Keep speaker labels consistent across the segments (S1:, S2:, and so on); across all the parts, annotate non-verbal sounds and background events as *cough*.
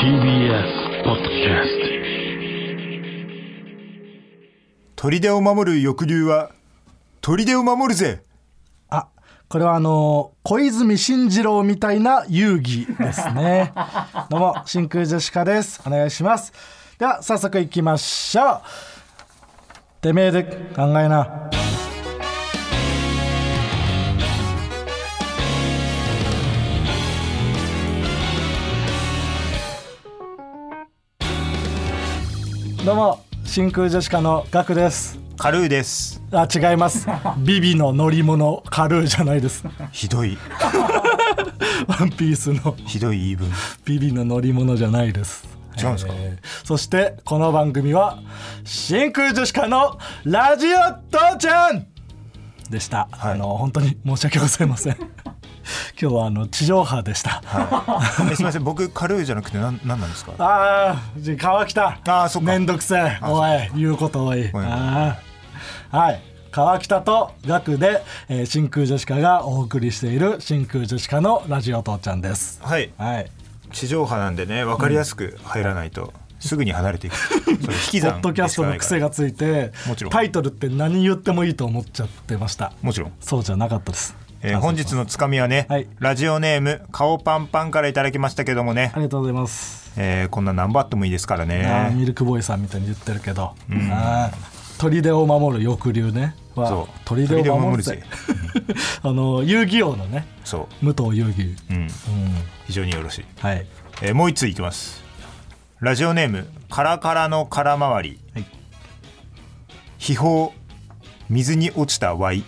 S1: TBS ポッドキャスト
S2: 砦を守る抑留は砦を守るぜ
S3: あこれはあのー小泉進次郎みたいな遊戯ですねどうも真空ジェシカですお願いしますでは早速いきましょうてめえで考えなどうも真空ジェシカのガクです
S2: カルーです
S3: あ違いますビビの乗り物カルーじゃないです
S2: ひどい
S3: ワンピースの
S2: ひどい言い分
S3: ビビの乗り物じゃないです。
S2: 違うんですか
S3: えーそしてこの番組は真空ジェシカのラジオ父ちゃんでした、
S2: はい
S3: あの本当に申し訳ございません *laughs* 今日はあの地上波でした、
S2: えすみません僕カルーじゃなくてなんなんなんですか
S3: あーじゃあ川北
S2: あーそっか
S3: めんどくせえおい言うこと多い
S2: ごめん
S3: あーはい川北とガクで、えー真空ジェシカがお送りしている真空ジェシカのラジオ父ちゃんです
S2: はい
S3: はい
S2: 地上波なんでね分かりやすく入らないとすぐに離れていくそれ引き
S3: ポ
S2: 算
S3: ッドキャストの癖
S2: が
S3: がついて
S2: もちろん
S3: タイトルって何言ってもいいと思っちゃってました
S2: もちろん、
S3: そうじゃなかったです、
S2: えー本日のつかみはね、
S3: はい
S2: ラジオネーム顔パンパンからいただきましたけどもね
S3: ありがとうございます、
S2: えーこんな何バットもいいですから
S3: あー
S2: ね
S3: ミルクボーイさんみたいに言ってるけど、あー砦を守る抑留ね
S2: そ
S3: は
S2: う
S3: 砦を守るぜ *laughs* あの遊戯王のね
S2: そ
S3: 武藤遊戯、
S2: う、うん、
S3: うん、
S2: 非常によろしい、
S3: はい
S2: えーもう一通いきますラジオネームカラカラの空回り、
S3: はい
S2: 秘宝水に落ちたワイ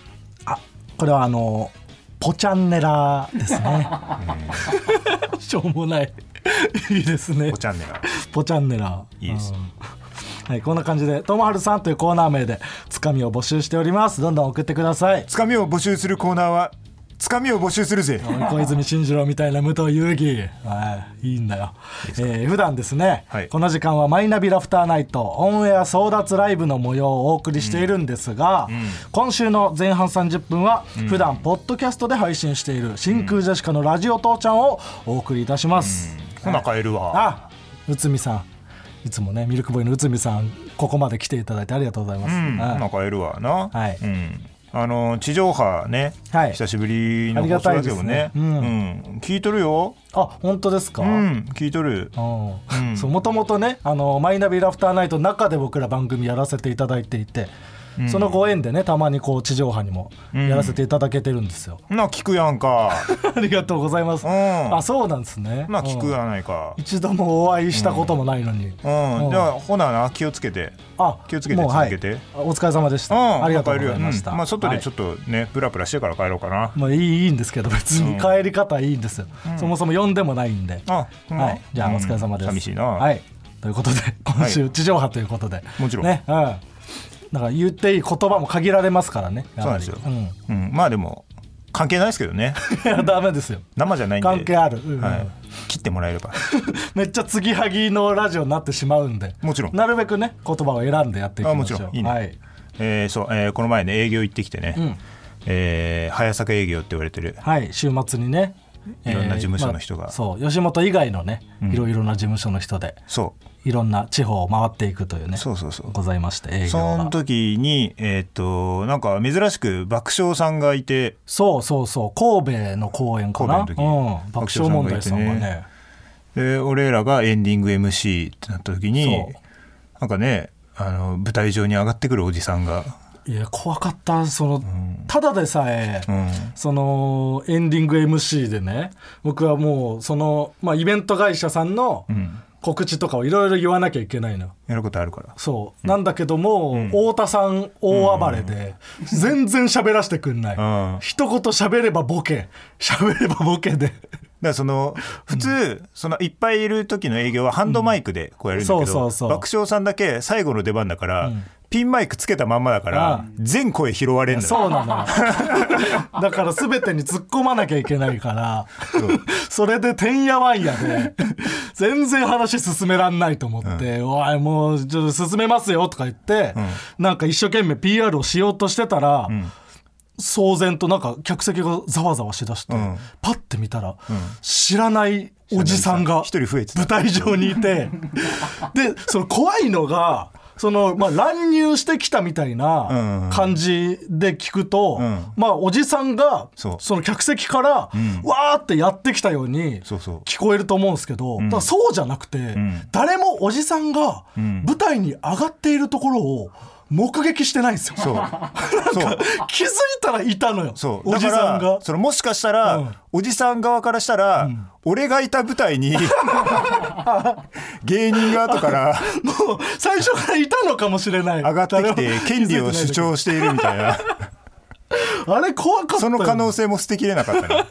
S3: あこれはあのポチャンネラーです
S2: *laughs*
S3: ねしょうもないいいですね
S2: おチャン
S3: *laughs*
S2: ネル
S3: ポチャンネラー
S2: いいです
S3: うんはい、こんな感じで「ともはるさん」というコーナー名でつかみを募集しておりますどんどん送ってください
S2: つかみを募集するコーナーはつかみを募集する
S3: *laughs*
S2: ぜ
S3: おい小泉進次郎みたいな武藤遊戯、はい、いいんだよえー普段ですね、
S2: はい
S3: この時間は「マイナビラフターナイト」オンエア争奪ライブの模様をお送りしているんですが、今週の前半30分は普段ポッドキャストで配信している真空ジェシカのラジオ父ちゃんをお送りいたします、
S2: お腹えるわ
S3: あ内海さんいつもねミルクボーイの内海さんここまで来ていただいてありがとうございます、
S2: うんお
S3: はい
S2: 腹えるわな、
S3: はい
S2: うんあの地上波ね、
S3: はい
S2: 久しぶりの
S3: ありが
S2: 放送
S3: た
S2: だ
S3: い
S2: け
S3: で
S2: ど
S3: す
S2: ね
S3: ね
S2: うん聞いとるよ
S3: あ本当ですか、
S2: うん聞いとる
S3: うんそうもともとねあの「マイナビラフターナイト」の中で僕ら番組やらせていただいていて、そのご縁でねたまにこう地上波にもやらせていただけてるんですよ、
S2: *laughs* な聞くやんか
S3: ありがとうございます、
S2: うん
S3: *laughs* あそうなんですね
S2: まあ聞く
S3: うん
S2: やないか
S3: 一度もお会いしたこともないのに、
S2: うん、
S3: うん
S2: じゃあほなな気をつけて
S3: あ
S2: 気をつけて
S3: もうはい
S2: 続けて
S3: あお疲れ様でした、
S2: うん
S3: ありがとうございまし
S2: 帰るよ
S3: た、
S2: うんまあ、外でちょ
S3: っ
S2: っとね、プラプラしてから帰ろうかな
S3: まあいいいいんですけど
S2: う
S3: 別
S2: ん
S3: に帰り方いいんですよ、そもそも呼んでもないんで、
S2: あほんま
S3: はい、じゃあお疲れ様です。
S2: うん寂しいな、
S3: はい、ということで今
S2: は
S3: 週地上波ということで、
S2: もちろん
S3: ね、うん、だから言っていい言葉も限られますからね。やはり
S2: そうなんうん、まあでも関係ないですけど
S3: *laughs*
S2: ね
S3: うん、いやダメですよ。 *laughs*
S2: 生じゃないんで
S3: 関係ある、うん
S2: はい、切ってもらえれば
S3: めっちゃ継ぎはぎのラジオになってしまうんで
S2: もちろん
S3: なるべくね言葉を選んでやっていきましょう
S2: あもちろんいいね
S3: はい、
S2: えーそう、えーこの前ね営業行ってきてね、えー早坂営業って言われてる
S3: はい、週末にね
S2: いろんな事務所の人が
S3: まあそう吉本以外のねいろいろな事務所の人で、
S2: そ
S3: いろんな地方を回っていくというね
S2: うそうそうそう
S3: ございまして営業
S2: そ
S3: が
S2: の時にえーっとなんか珍しく爆笑さんがいて
S3: そうそうそう神戸の公演かな、うん
S2: 神戸の時、
S3: 爆笑問題さんが
S2: 爆笑さんが
S3: ね
S2: で俺らがエンディング MC ってなった時に
S3: そう
S2: なんかねあの舞台上に上がってくるおじさんが、
S3: いや怖かったその、ただでさえ、
S2: うん、
S3: そのエンディング MC でね僕はもうその、まあ、イベント会社さんの
S2: ん
S3: 告知とかをいろいろ言わなきゃいけないのよ
S2: やることあるから
S3: そうなんだけども、太田さん大暴れで、全然喋らせてくんない、
S2: うん
S3: 一言喋ればボケ喋ればボケで
S2: だからその普通、そのいっぱいいる時の営業はハンドマイクでこうやるんだけど、
S3: うんそうそうそう
S2: 爆笑さんだけ最後の出番だから、ピンマイクつけたまんまだから、
S3: ああ
S2: 全声拾われるんだよ
S3: そうなのよ *laughs* だから全てに突っ込まなきゃいけないから
S2: そう
S3: それでてんやわんやで全然話進めらんないと思って「おいもうちょっと進めますよ」とか言って、なんか一生懸命 PR をしようとしてたら、騒然となんか客席がざわざわしだして、
S2: ん
S3: パッて見たら、知らないおじさんが
S2: 知らないおじさん一人増えてた
S3: 舞台上にいてでその怖いのがそのまあ乱入してきたみたい
S2: うんう
S3: なん感じで聞くと、
S2: うん
S3: まあおじさんが
S2: そう
S3: その客席から、わーってやってきたように
S2: そう
S3: *laughs*
S2: そう
S3: 聞こえると思うんですけど、だからそうじゃなくて、
S2: ん
S3: 誰もおじさんが
S2: ん
S3: 舞台に上がっているところを目撃してないんですよ。
S2: そうそう
S3: *laughs* 気づいたらいたのよ
S2: そう
S3: お
S2: だ
S3: じ
S2: か
S3: さん
S2: ら
S3: が
S2: そのもしかしたら、
S3: うん
S2: おじさん側からしたら、俺がいた舞台
S3: *laughs*
S2: に芸人が後から
S3: もう最初からいたのかもしれない
S2: 上がってき
S3: 誰も
S2: て権利を主張しているみたい
S3: *laughs*
S2: な
S3: あれ怖かったよ
S2: その可能性も捨てきれなかった
S3: *laughs*
S2: ね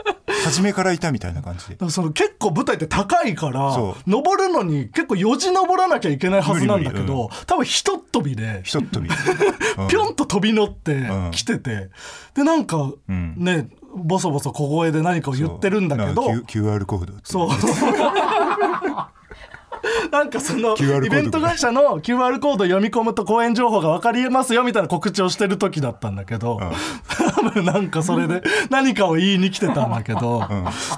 S2: 初めからいたみたいな感じで
S3: でもその結構舞台って高いから
S2: そ
S3: 登るのに結構よじ登らなきゃいけないはずなんだけ
S2: 無理無理う
S3: ど多分ひとっ飛びで
S2: ひとっ飛
S3: *laughs*
S2: び、うん
S3: ぴょんと飛び乗って
S2: うん
S3: 来ててでなんか
S2: ん
S3: ねボソボソ小声で何かを言ってるんだけど
S2: そうなんか Q- QR コードって *laughs*
S3: そう。なんかそ
S2: QR
S3: の
S2: コード
S3: イベント会社の QR コード読み込むと公演情報が分かりますよみたいな告知をしてる時だったんだけど、多分なんかそれで何かを言いに来てたんだけど、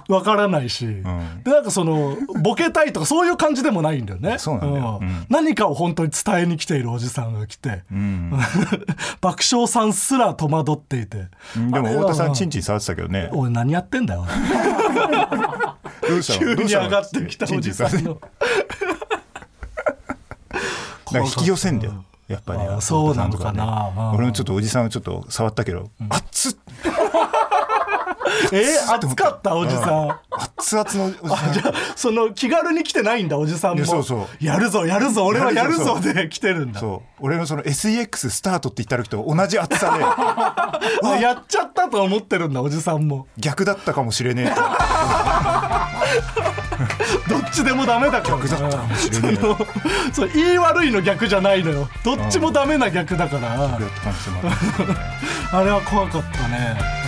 S3: 分からないし、でなんかそのボケたいとかそういう感じでもないんだよね
S2: そうなんだよ
S3: う
S2: うんん
S3: 何かを本当に伝えに来ているおじさんが来て、
S2: ん
S3: *laughs* 爆笑さんすら戸惑っていて
S2: うんでも太田さ
S3: あれ
S2: ん
S3: は
S2: ちんちん触ってたけどね
S3: おい何やってんだよ
S2: どうした
S3: 急
S2: のど
S3: に
S2: うしたの
S3: 上がってきた
S2: ち
S3: お
S2: ち
S3: じ
S2: 触
S3: さ
S2: って
S3: んの。
S2: *laughs* だから引き寄せんだよやっぱ
S3: あー
S2: ね
S3: そうなの
S2: 太田さんとか
S3: かなうん
S2: ね俺もちょっとおじさんをちょっと触ったけど熱っ
S3: *laughs* えー、暑かったおじさ
S2: 熱々のおじさん
S3: ん。その気軽に来てないんだおじさんも。
S2: いやそうそう
S3: やるぞやるぞ俺は
S2: や
S3: やる
S2: るぞ
S3: ぞで来てるんだ。
S2: そう俺のその SEX スタートって言った時と同じ熱さで
S3: あやっちゃったと思ってるんだおじさんも。
S2: 逆だったかもしれねえと
S3: どっちでもダメだから。
S2: 逆だったかもしれねえ
S3: そ
S2: と
S3: のそう言い悪いの逆じゃないのよ。どっちもダメな逆だから。
S2: 俺って感じもある
S3: あれは怖かったね。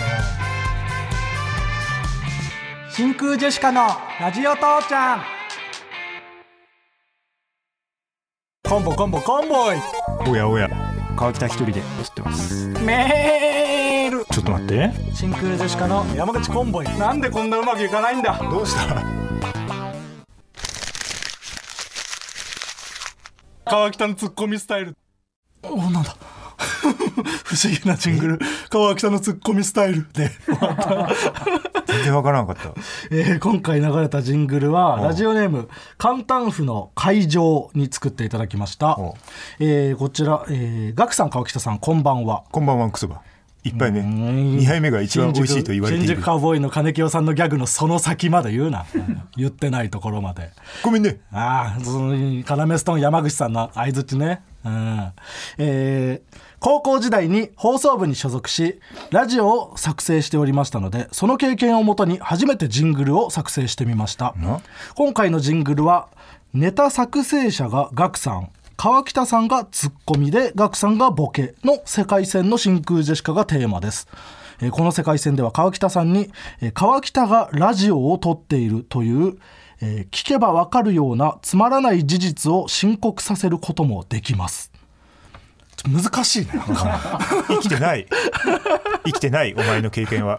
S4: 真空ジェシカのラジオ父ちゃん
S3: コンボコンボコンボイ。
S2: おやおや川北一人で知ってます
S3: メール。
S2: ちょっと待って
S4: 真空ジェシカの
S3: 山口コンボイ。なんでこんなうまくいかないんだ。
S2: どうした
S3: 川北のツッコミスタイルおなんだ *laughs* 不思議なジングル川北のツッコミスタイルで、
S2: 全然わからなかった
S3: えー今回流れたジングルはラジオネーム「簡単譜の会場」に作っていただきました
S2: お、
S3: えーこちら、えーガクさん川北さんこんばんは
S2: こんばんはクソバ1杯目
S3: ん
S2: 2杯目が一番美味しいと言われてい
S3: 新
S2: る
S3: 宿カウボーイの金清さんのギャグのその先まで言うな言ってないところまで
S2: ごめんね
S3: ああ、そのカラメストーン山口さんの相づちね。うん。えー高校時代に放送部に所属し、ラジオを作成しておりましたので、その経験をもとに初めてジングルを作成してみました。今回のジングルは、ネタ作成者がガクさん、川北さんがツッコミでガクさんがボケの世界線の真空ジェシカがテーマです。えーこの世界線では川北さんに、えー川北がラジオを撮っているという、えー聞けばわかるようなつまらない事実を申告させることもできます。ちょ難しいね。なんか
S2: 生きてない生きてないお前の経験は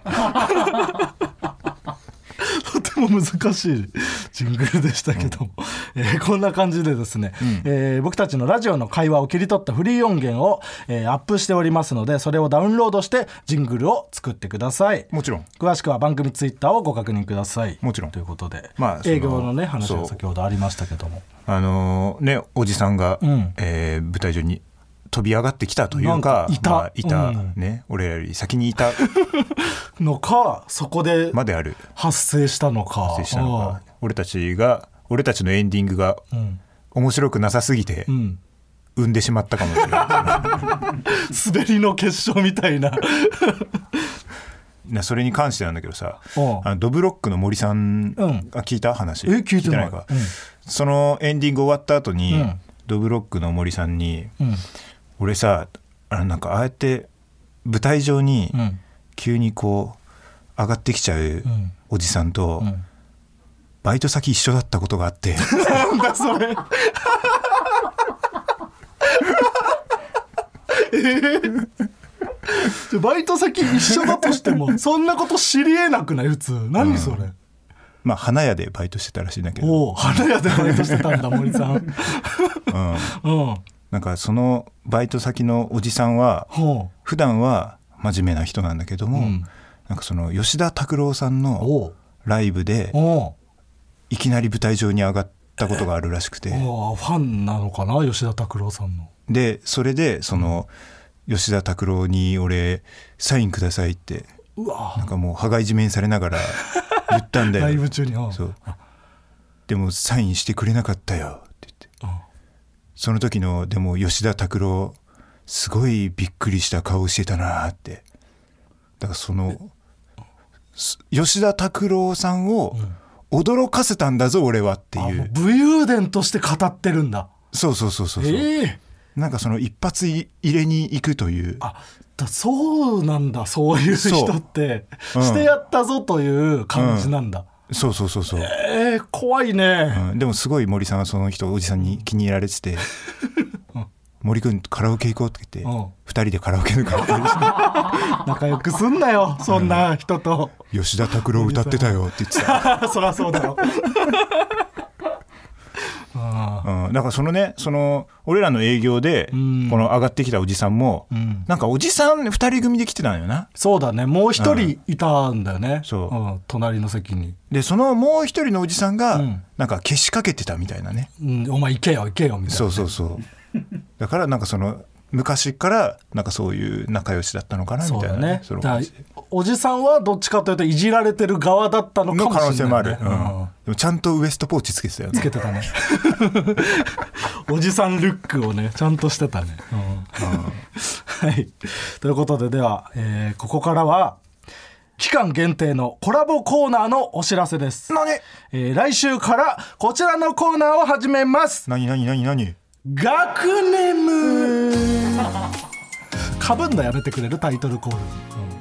S3: とても難しいジングルでしたけども、えーこんな感じでですね、えー僕たちのラジオの会話を切り取ったフリー音源を、えーアップしておりますのでそれをダウンロードしてジングルを作ってください
S2: もちろん
S3: 詳しくは番組ツイッターをご確認ください
S2: もちろん
S3: ということで、
S2: まあその
S3: 営業のね話
S2: そ
S3: が
S2: う
S3: 先ほどありましたけども
S2: あのねおじさんが、
S3: ん
S2: えー舞台上に飛び上がってきたという
S3: な
S2: か
S3: んかいた
S2: まあいた
S3: うん
S2: ね俺らより先にいた
S3: のかそこで
S2: まである
S3: 発生したのか
S2: でしたのが俺たちが俺たちのエンディングが
S3: うん
S2: 面白くなさすぎて、
S3: うんうん
S2: 産んでしまったかもしれな
S3: 滑りの結晶みたいな
S2: い *laughs* なそれに関してなんだけどさ
S3: おう
S2: あのドブロックの森さん
S3: ん
S2: が聞いた話、
S3: え聞いてない
S2: か、
S3: うん
S2: そのエンディング終わった後に、
S3: うん
S2: ドブロックの森さんに
S3: うん
S2: 「俺さあのなんかああやって舞台上に、
S3: うん
S2: 急にこう上がってきちゃうおじさんと、
S3: ん
S2: バイト先一緒だったことがあって
S3: *laughs* なんだそれえーでバイト先一緒だとしてもそんなこと知りえなくない普通何それ、
S2: まあ花屋でバイトしてたらしいんだけど、
S3: おお花屋でバイトしてたんだ森さん
S2: うん、
S3: うん
S2: なんかそのバイト先のおじさんは
S3: ほ
S2: 普段は真面目な人なんだけども、
S3: うん
S2: なんかその吉田拓郎さん
S3: うお
S2: の
S3: う
S2: ライブで
S3: おう
S2: いきなり舞台上に上がったことがあるらしくて、
S3: おうファンなのかな吉田拓郎さんの
S2: でそれでその吉田拓郎に俺サインくださいって
S3: うわ
S2: なんかもう羽交い締めにされな
S3: *laughs*
S2: がら言ったんだよ
S3: ライブ中にうん
S2: そうでもサインしてくれなかったよって言ってその時のでも吉田拓郎すごいびっくりした顔してたなーってだからそのす吉田拓郎さんを驚かせたんだぞ俺はって
S3: あ
S2: い
S3: もう
S2: う
S3: 武勇伝として語ってるんだ
S2: そうそうそうそうそう、
S3: ええ
S2: なんかその一発い入れに行くという
S3: あだそうなんだそういう人って、
S2: そううん
S3: してやったぞという感じなんだ、
S2: そうそうそうそう、
S3: えー、怖いね、
S2: うんでもすごい森さんはその人おじさんに気に入られて
S3: *laughs*
S2: て「森君カラオケ行こう」って言って、
S3: うん
S2: 2人でカラオケのカラオケ
S3: *laughs* 仲良くすんなよそんな人と、 *laughs*
S2: 吉田拓郎歌ってたよって言ってた、
S3: そりゃそうだろ *laughs* あ
S2: うん、だからそのねその俺らの営業でこ
S3: ん
S2: の上がってきたおじさんも、
S3: ん
S2: なんかおじさん2人組で来てたのよな
S3: ーそうだねもう一人いたんだよね、、
S2: そうん
S3: 隣の席に、
S2: でそのもう1人のおじさんが、
S3: うん
S2: なんか消しかけてたみたいなね
S3: うん、お前行けよ行けよみたいな
S2: そうそうそうだからなんかその昔からなんかそういう仲良しだったのかなみ
S3: そう
S2: たい
S3: だ
S2: な
S3: ね
S2: その
S3: だからおじさんはどっちかというといじられてる側だったのか
S2: の可能
S3: もし
S2: 性
S3: れ
S2: も
S3: な
S2: あ
S3: い、ね、
S2: る、うんでもちゃんとウエストポーチつけてたよね
S3: つけてたねおじさんルックをねちゃんとしてたね、はいということででは、えーここからは期間限定のコラボコーナーのお知らせです、
S2: 何
S3: えー来週からこちらのコーナーを始めます
S2: 何何何何
S3: 学ネムかぶんのやめてくれるタイトルコールに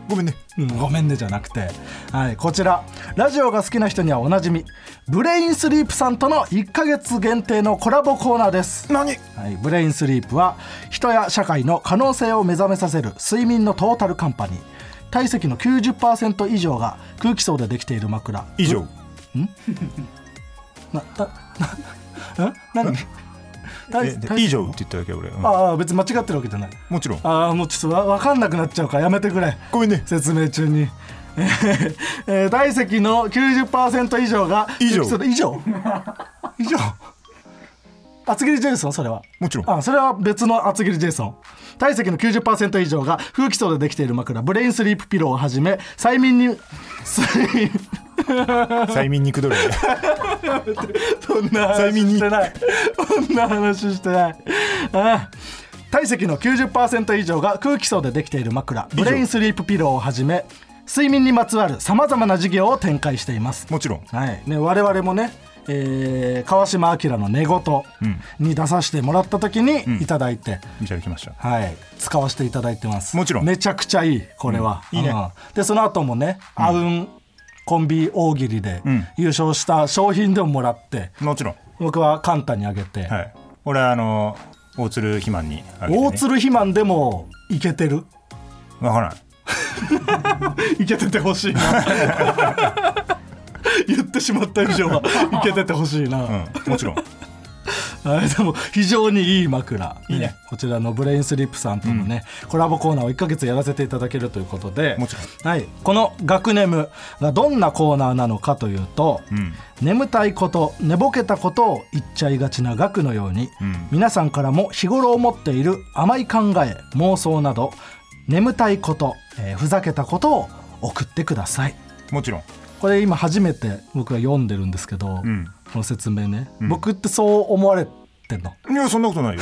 S2: ごめんね
S3: うん、ごめんねじゃなくて、はい、こちらラジオが好きな人にはおなじみブレインスリープさんとの1ヶ月限定のコラボコーナーです、
S2: 何
S3: はい、ブレインスリープは人や社会の可能性を目覚めさせる睡眠のトータルカンパニー体積の90%以上が空気層でできている枕
S2: 以上
S3: なたなん何体
S2: えで
S3: 体
S2: 以上って言っただけ俺、うん
S3: ああ別に間違ってるわけじゃない
S2: もちろん
S3: ああもうちょっとわ分かんなくなっちゃうからやめてくれ
S2: ごめんね
S3: 説明中に。 *laughs* えーえー体積の90%以上が
S2: 以上 *laughs*
S3: 以上以上厚切りジェイソンそれは
S2: もちろん
S3: あそれは別の厚切りジェイソン体積の90%以上が空気層でできている枕ブレインスリープピローをはじめ催眠に *laughs* 睡眠
S2: 催眠肉ど
S3: *laughs*
S2: れ
S3: そんな
S2: 催
S3: 話
S2: 眠に
S3: してない。そんな話してない。ああ体積の90%以上が空気層でできている枕、ブレインスリープピローをはじめ、睡眠にまつわるさまざまな事業を展開しています。
S2: もちろん
S3: はいね、我々もね、えー川島明の寝言に出させてもらった時にいただいて、
S2: いただきました
S3: はい、使わせていただいてます
S2: もちろん
S3: めちゃくちゃいいこれは、
S2: うんいいね
S3: うんでその後もねあうんコンビ大喜利で
S2: ん
S3: 優勝した商品でももらって、
S2: もちろん
S3: 僕はカンタにあげて、
S2: はい俺はあの大鶴肥満にあげて、ね、
S3: 大鶴肥満でもいけてる
S2: 分からない
S3: *laughs* いけててほしいな言ってしまった以上 *laughs* はいけててほしいな、
S2: うんもちろん
S3: はいでも非常にいい枕
S2: いいね
S3: こちらのブレインスリップさんとのね、コラボコーナーを1ヶ月やらせていただけるということで
S2: もちろ
S3: はい、この「学ネム」がどんなコーナーなのかというと、
S2: ん
S3: 眠たいこと寝ぼけたことを言っちゃいがちな学のように、
S2: ん
S3: 皆さんからも日頃思っている甘い考え妄想など眠たいこと、えーふざけたことを送ってください。
S2: もちろん
S3: これ今初めて僕は読んでるんですけど、
S2: ん
S3: この説明ね、僕ってそう思われてんの
S2: いやそんなこと
S3: *laughs*
S2: ないよ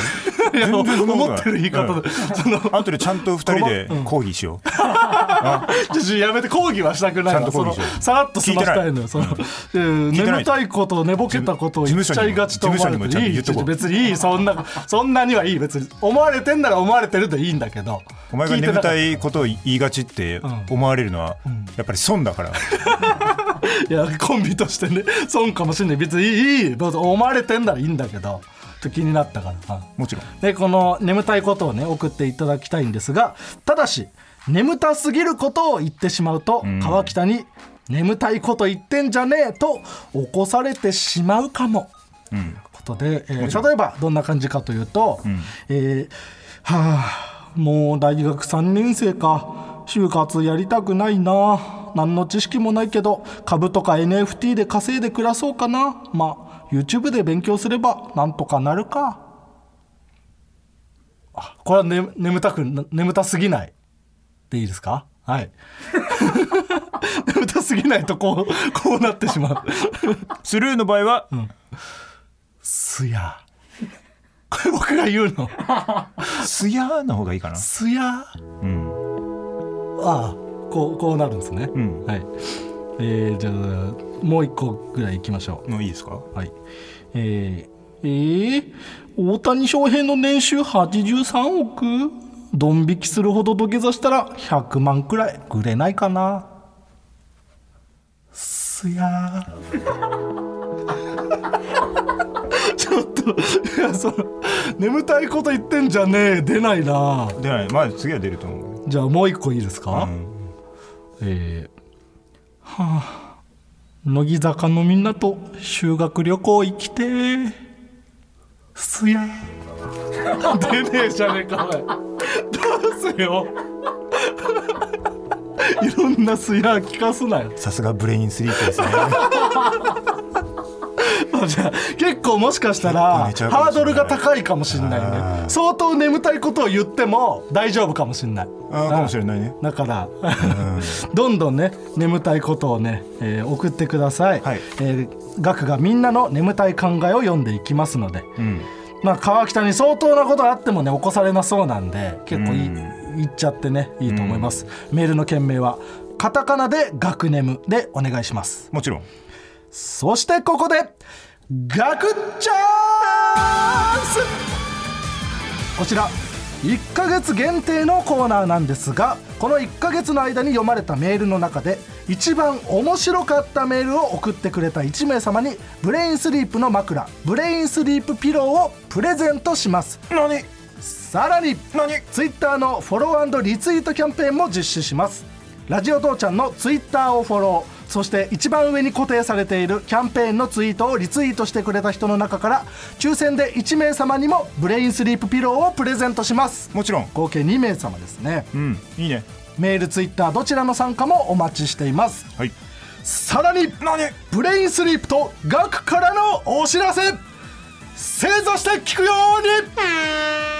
S2: 全然そんなことない
S3: 思ってる言い方で、その
S2: あとでちゃんと二人で抗議しよう、
S3: ちょちょやめて抗議はしたくない
S2: ちゃ
S3: わ
S2: んと抗
S3: そ
S2: 議
S3: の
S2: しよう
S3: さらっと済ましたいのよその、うん
S2: 聞いてない
S3: 眠たいこと寝ぼけたことを言っちゃいがちと思われ
S2: 事務所にも
S3: て
S2: ちゃんと
S3: い
S2: 言
S3: い
S2: っとこう
S3: 別にいいそんなそんなにはいい別に思われてんなら思われてるでいいんだけど
S2: お前が
S3: 聞いて
S2: 眠
S3: なかった
S2: いことを言いがちって思われるのはやっぱり損だから、
S3: いやコンビとしてね損かもしんない別にいいいい別に思われてんならいいんだけどちょっと気になったから。うん
S2: もちろん
S3: でこの眠たいことをね送っていただきたいんですがただし眠たすぎることを言ってしまうと、川北に「眠たいこと言ってんじゃねえ」と起こされてしまうかも。ということで、えー例えばどんな感じかというと「えーはあもう大学3年生か就活やりたくないな何の知識もないけど株とか NFT で稼いで暮らそうかなまあ YouTube で勉強すればなんとかなるか」あこれは、ね、眠たくな眠たすぎないでいいですかはい *laughs* 眠たすぎないとこうこうなってしまう
S2: スルーの場合は、
S3: すや。これ僕が言うの。
S2: すやーの方がいいかな。
S3: すや。
S2: うん。
S3: ああ、こう、こうなるんですね。
S2: うん
S3: はい。えー、じゃあ、もう一個ぐらい行きましょ
S2: もういいですか。
S3: う。はい。えー、えー、大谷翔平の年収83億ドン引きするほど土下座したら100万くらい売れないかな。すやー。 *laughs* ちょっといやその眠たいこと言ってんじゃねえ出ないな
S2: 出ない。まあ次は出ると思う。
S3: じゃあもう一個いいですか、
S2: うん
S3: えーはあ乃木坂のみんなと修学旅行行きてーすや
S2: *laughs*
S3: ー出ねえじゃねえかおいどうせよ *laughs* いろんなすやー聞かすなよ
S2: さすがブレインスリープです
S3: *laughs*
S2: ね。
S3: あじゃあ結構もしかした
S2: 結
S3: ら
S2: 構寝ちゃうか
S3: ハ
S2: も
S3: ー
S2: しれ
S3: ド
S2: な
S3: ル
S2: い
S3: が高いかもしれ
S2: あ
S3: ないね
S2: ー
S3: 相当眠たいことを言っても大丈夫かもしれない
S2: ああかもしれないね。
S3: だから、どんどんね眠たいことをね、えー送ってください、
S2: はい
S3: えーガクがみんなの眠たい考えを読んでいきますので、
S2: うん。
S3: まあ、川北に相当なことあってもね起こされなそうなんで結構いい、言っちゃってねいいと思います、メールの件名はカタカナで「ガクネム」でお願いします
S2: もちろん。
S3: そしてここでガクチャンスこちら1ヶ月限定のコーナーなんですがこの1ヶ月の間に読まれたメールの中で一番面白かったメールを送ってくれた1名様にブレインスリープの枕ブレインスリープピローをプレゼントします
S2: 何
S3: さらに
S2: 何
S3: ツイッターのフォローリツイートキャンペーンも実施しますラジオ父ちゃんのツイッターをフォローそして一番上に固定されているキャンペーンのツイートをリツイートしてくれた人の中から抽選で1名様にもブレインスリープピローをプレゼントします
S2: もちろん。
S3: 合計2名様ですね
S2: うん。いいね。
S3: メールツイッターどちらの参加もお待ちしています
S2: はい。
S3: さらに
S2: 何
S3: ブレインスリープとガクからのお知らせ正座して聞くよう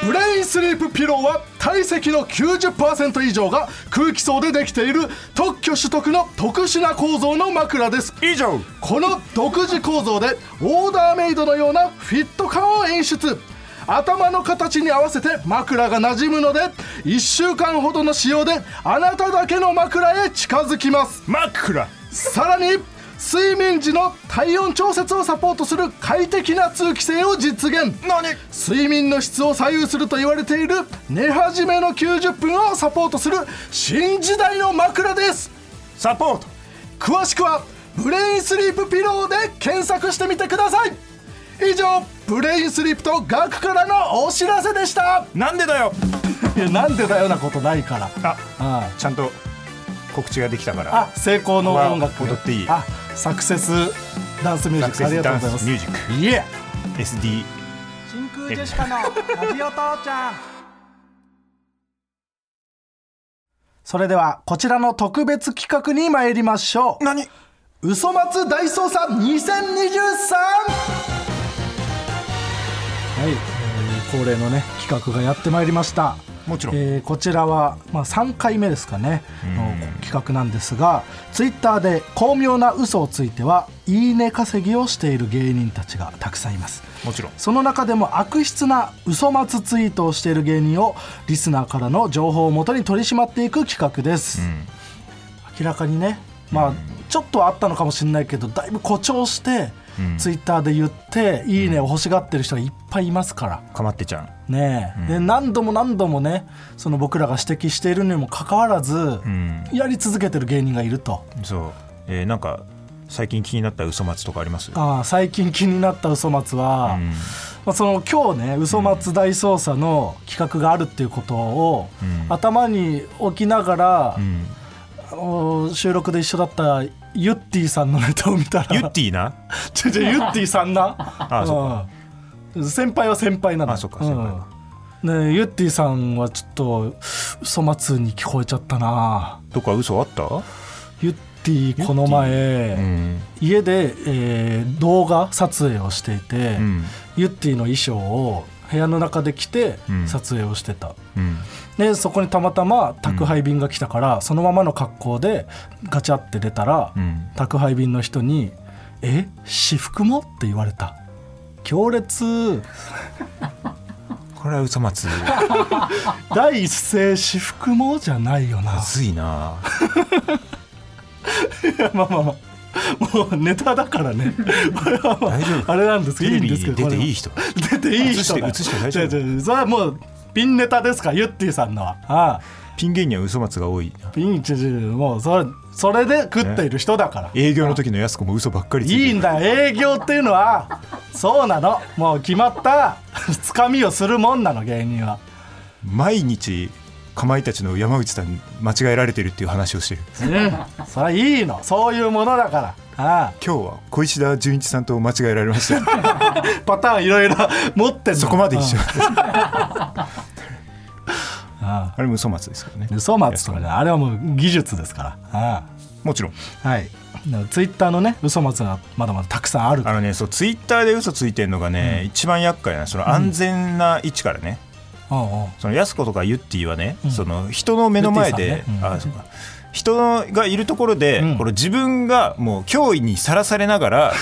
S3: にブレインスリープピローは体積の90%以上が空気層でできている特許取得の特殊な構造の枕です
S2: 以上。
S3: この独自構造でオーダーメイドのようなフィット感を演出頭の形に合わせて枕が馴染むので1週間ほどの使用であなただけの枕へ近づきます
S2: 枕。
S3: さらに睡眠時の体温調節をサポートする快適な通気性を実現
S2: 何
S3: 睡眠の質を左右すると言われている寝始めの90分をサポートする新時代の枕です
S2: サポート。
S3: 詳しくは「ブレインスリープピロー」で検索してみてください以上ブレインスリープとガクからのお知らせでした
S2: なんでだよ。
S3: いやなんでだよなことないから
S2: あ、
S3: あ
S2: ちゃんと告知ができたから。
S3: あ成功の音楽
S2: まあ踊っていい
S3: あサクセスダンスミュー
S2: サ
S3: ジック
S2: クセ
S3: あり
S2: ス
S3: がとう
S2: ダ
S3: ご
S2: ン
S3: ざいま
S2: ス
S3: す
S2: ミュージック。
S3: イエ
S2: SD。
S4: 真空ジェシカのラジオ父ちゃん
S3: それではこちらの特別企画に参りましょう
S2: 何
S3: 嘘松大捜査2023はい、えー恒例のね企画がやってまいりました
S2: もちろん
S3: えーこちらは、まあ、3回目ですかねの企画なんですがツイッターで巧妙な嘘をついてはいいね稼ぎをしている芸人たちがたくさんいます
S2: もちろん。
S3: その中でも悪質な嘘松ツイートをしている芸人をリスナーからの情報をもとに取り締まっていく企画です、明らかにねまあ、ちょっとはあったのかもしれないけどだいぶ誇張して、ツイッターで言って「いいね」を欲しがってる人がいっぱいいますから。
S2: かまってちゃん。
S3: ねえで何度も何度もねその僕らが指摘しているにもかかわらず、
S2: ん
S3: やり続けてる芸人がいると
S2: そう。えー、なんか。最近気になった嘘松とかあります。
S3: ああ最近気になった嘘松は、まあ、その今日ね嘘松大捜査の企画があるっていうことを、
S2: うん
S3: 頭に置きながら、
S2: うん
S3: あのー収録で一緒だったユッティさんのネタを見たら
S2: ユッティな
S3: ちょちょユッティさんな
S2: あそっか
S3: うん先輩は先輩なの
S2: あそっか先輩か
S3: うんねユッティさんはちょっと嘘松に聞こえちゃったな
S2: とか嘘あった
S3: ユッティこの前、
S2: うん
S3: 家で、えー動画撮影をしていて、
S2: うん
S3: ユッティの衣装を部屋の中で着て
S2: うん
S3: 撮影をしてた、
S2: うん
S3: でそこにたまたま宅配便が来たから、そのままの格好でガチャって出たら、
S2: うん
S3: 宅配便の人に「え私服も?」って言われた強烈
S2: これは嘘
S3: *laughs*
S2: 松
S3: 第一声私服もじゃないよ
S2: ま
S3: な
S2: ずいな
S3: *laughs* まあまあまあもうネタだから
S2: *laughs*
S3: ねあれはまあ
S2: 大丈夫
S3: あれなんです
S2: テレ
S3: いいん
S2: ビ
S3: です
S2: に
S3: けど
S2: 出ていい
S3: こ
S2: 人
S3: れは出 *laughs* ていい
S2: 映し
S3: 人
S2: て
S3: だ
S2: 映して大丈夫
S3: 違う違うそれはもうピンネタですかユッティさんのはああ
S2: ピン芸人は嘘松が多いな
S3: ピンチもうそれそれで食っている人だから、
S2: 営業の時のやす子も嘘ばっかりついてる
S3: いいんだ営業っていうのはそうなのもう決まったつかみをするもんなの芸人は
S2: 毎日かまいたちの山内さんに間違えられてるっていう話をしてる
S3: うんそれはいいのそういうものだからあ
S2: 今日は小石田純一さんと間違えられました
S3: *laughs* あパターンいろいろ持ってんの
S2: そこまで一緒
S3: うん
S2: あ
S3: あ
S2: れも嘘松ですからね
S3: あ嘘松とかねあれはもう技術ですからあ
S2: もちろん
S3: あはいツイッターのね嘘松がまだまだたくさんある
S2: あのねそうツイッターで嘘ついてるのがね、一番厄介なその安全な位置からね、
S3: うんうん
S2: そのやす子とかゆってぃはね、
S3: ん
S2: その人の目の前
S3: ゆっ
S2: で
S3: て、ぃさんねうん
S2: あそうか人のがいるところで、
S3: うん
S2: この自分がもう脅威にさらされながら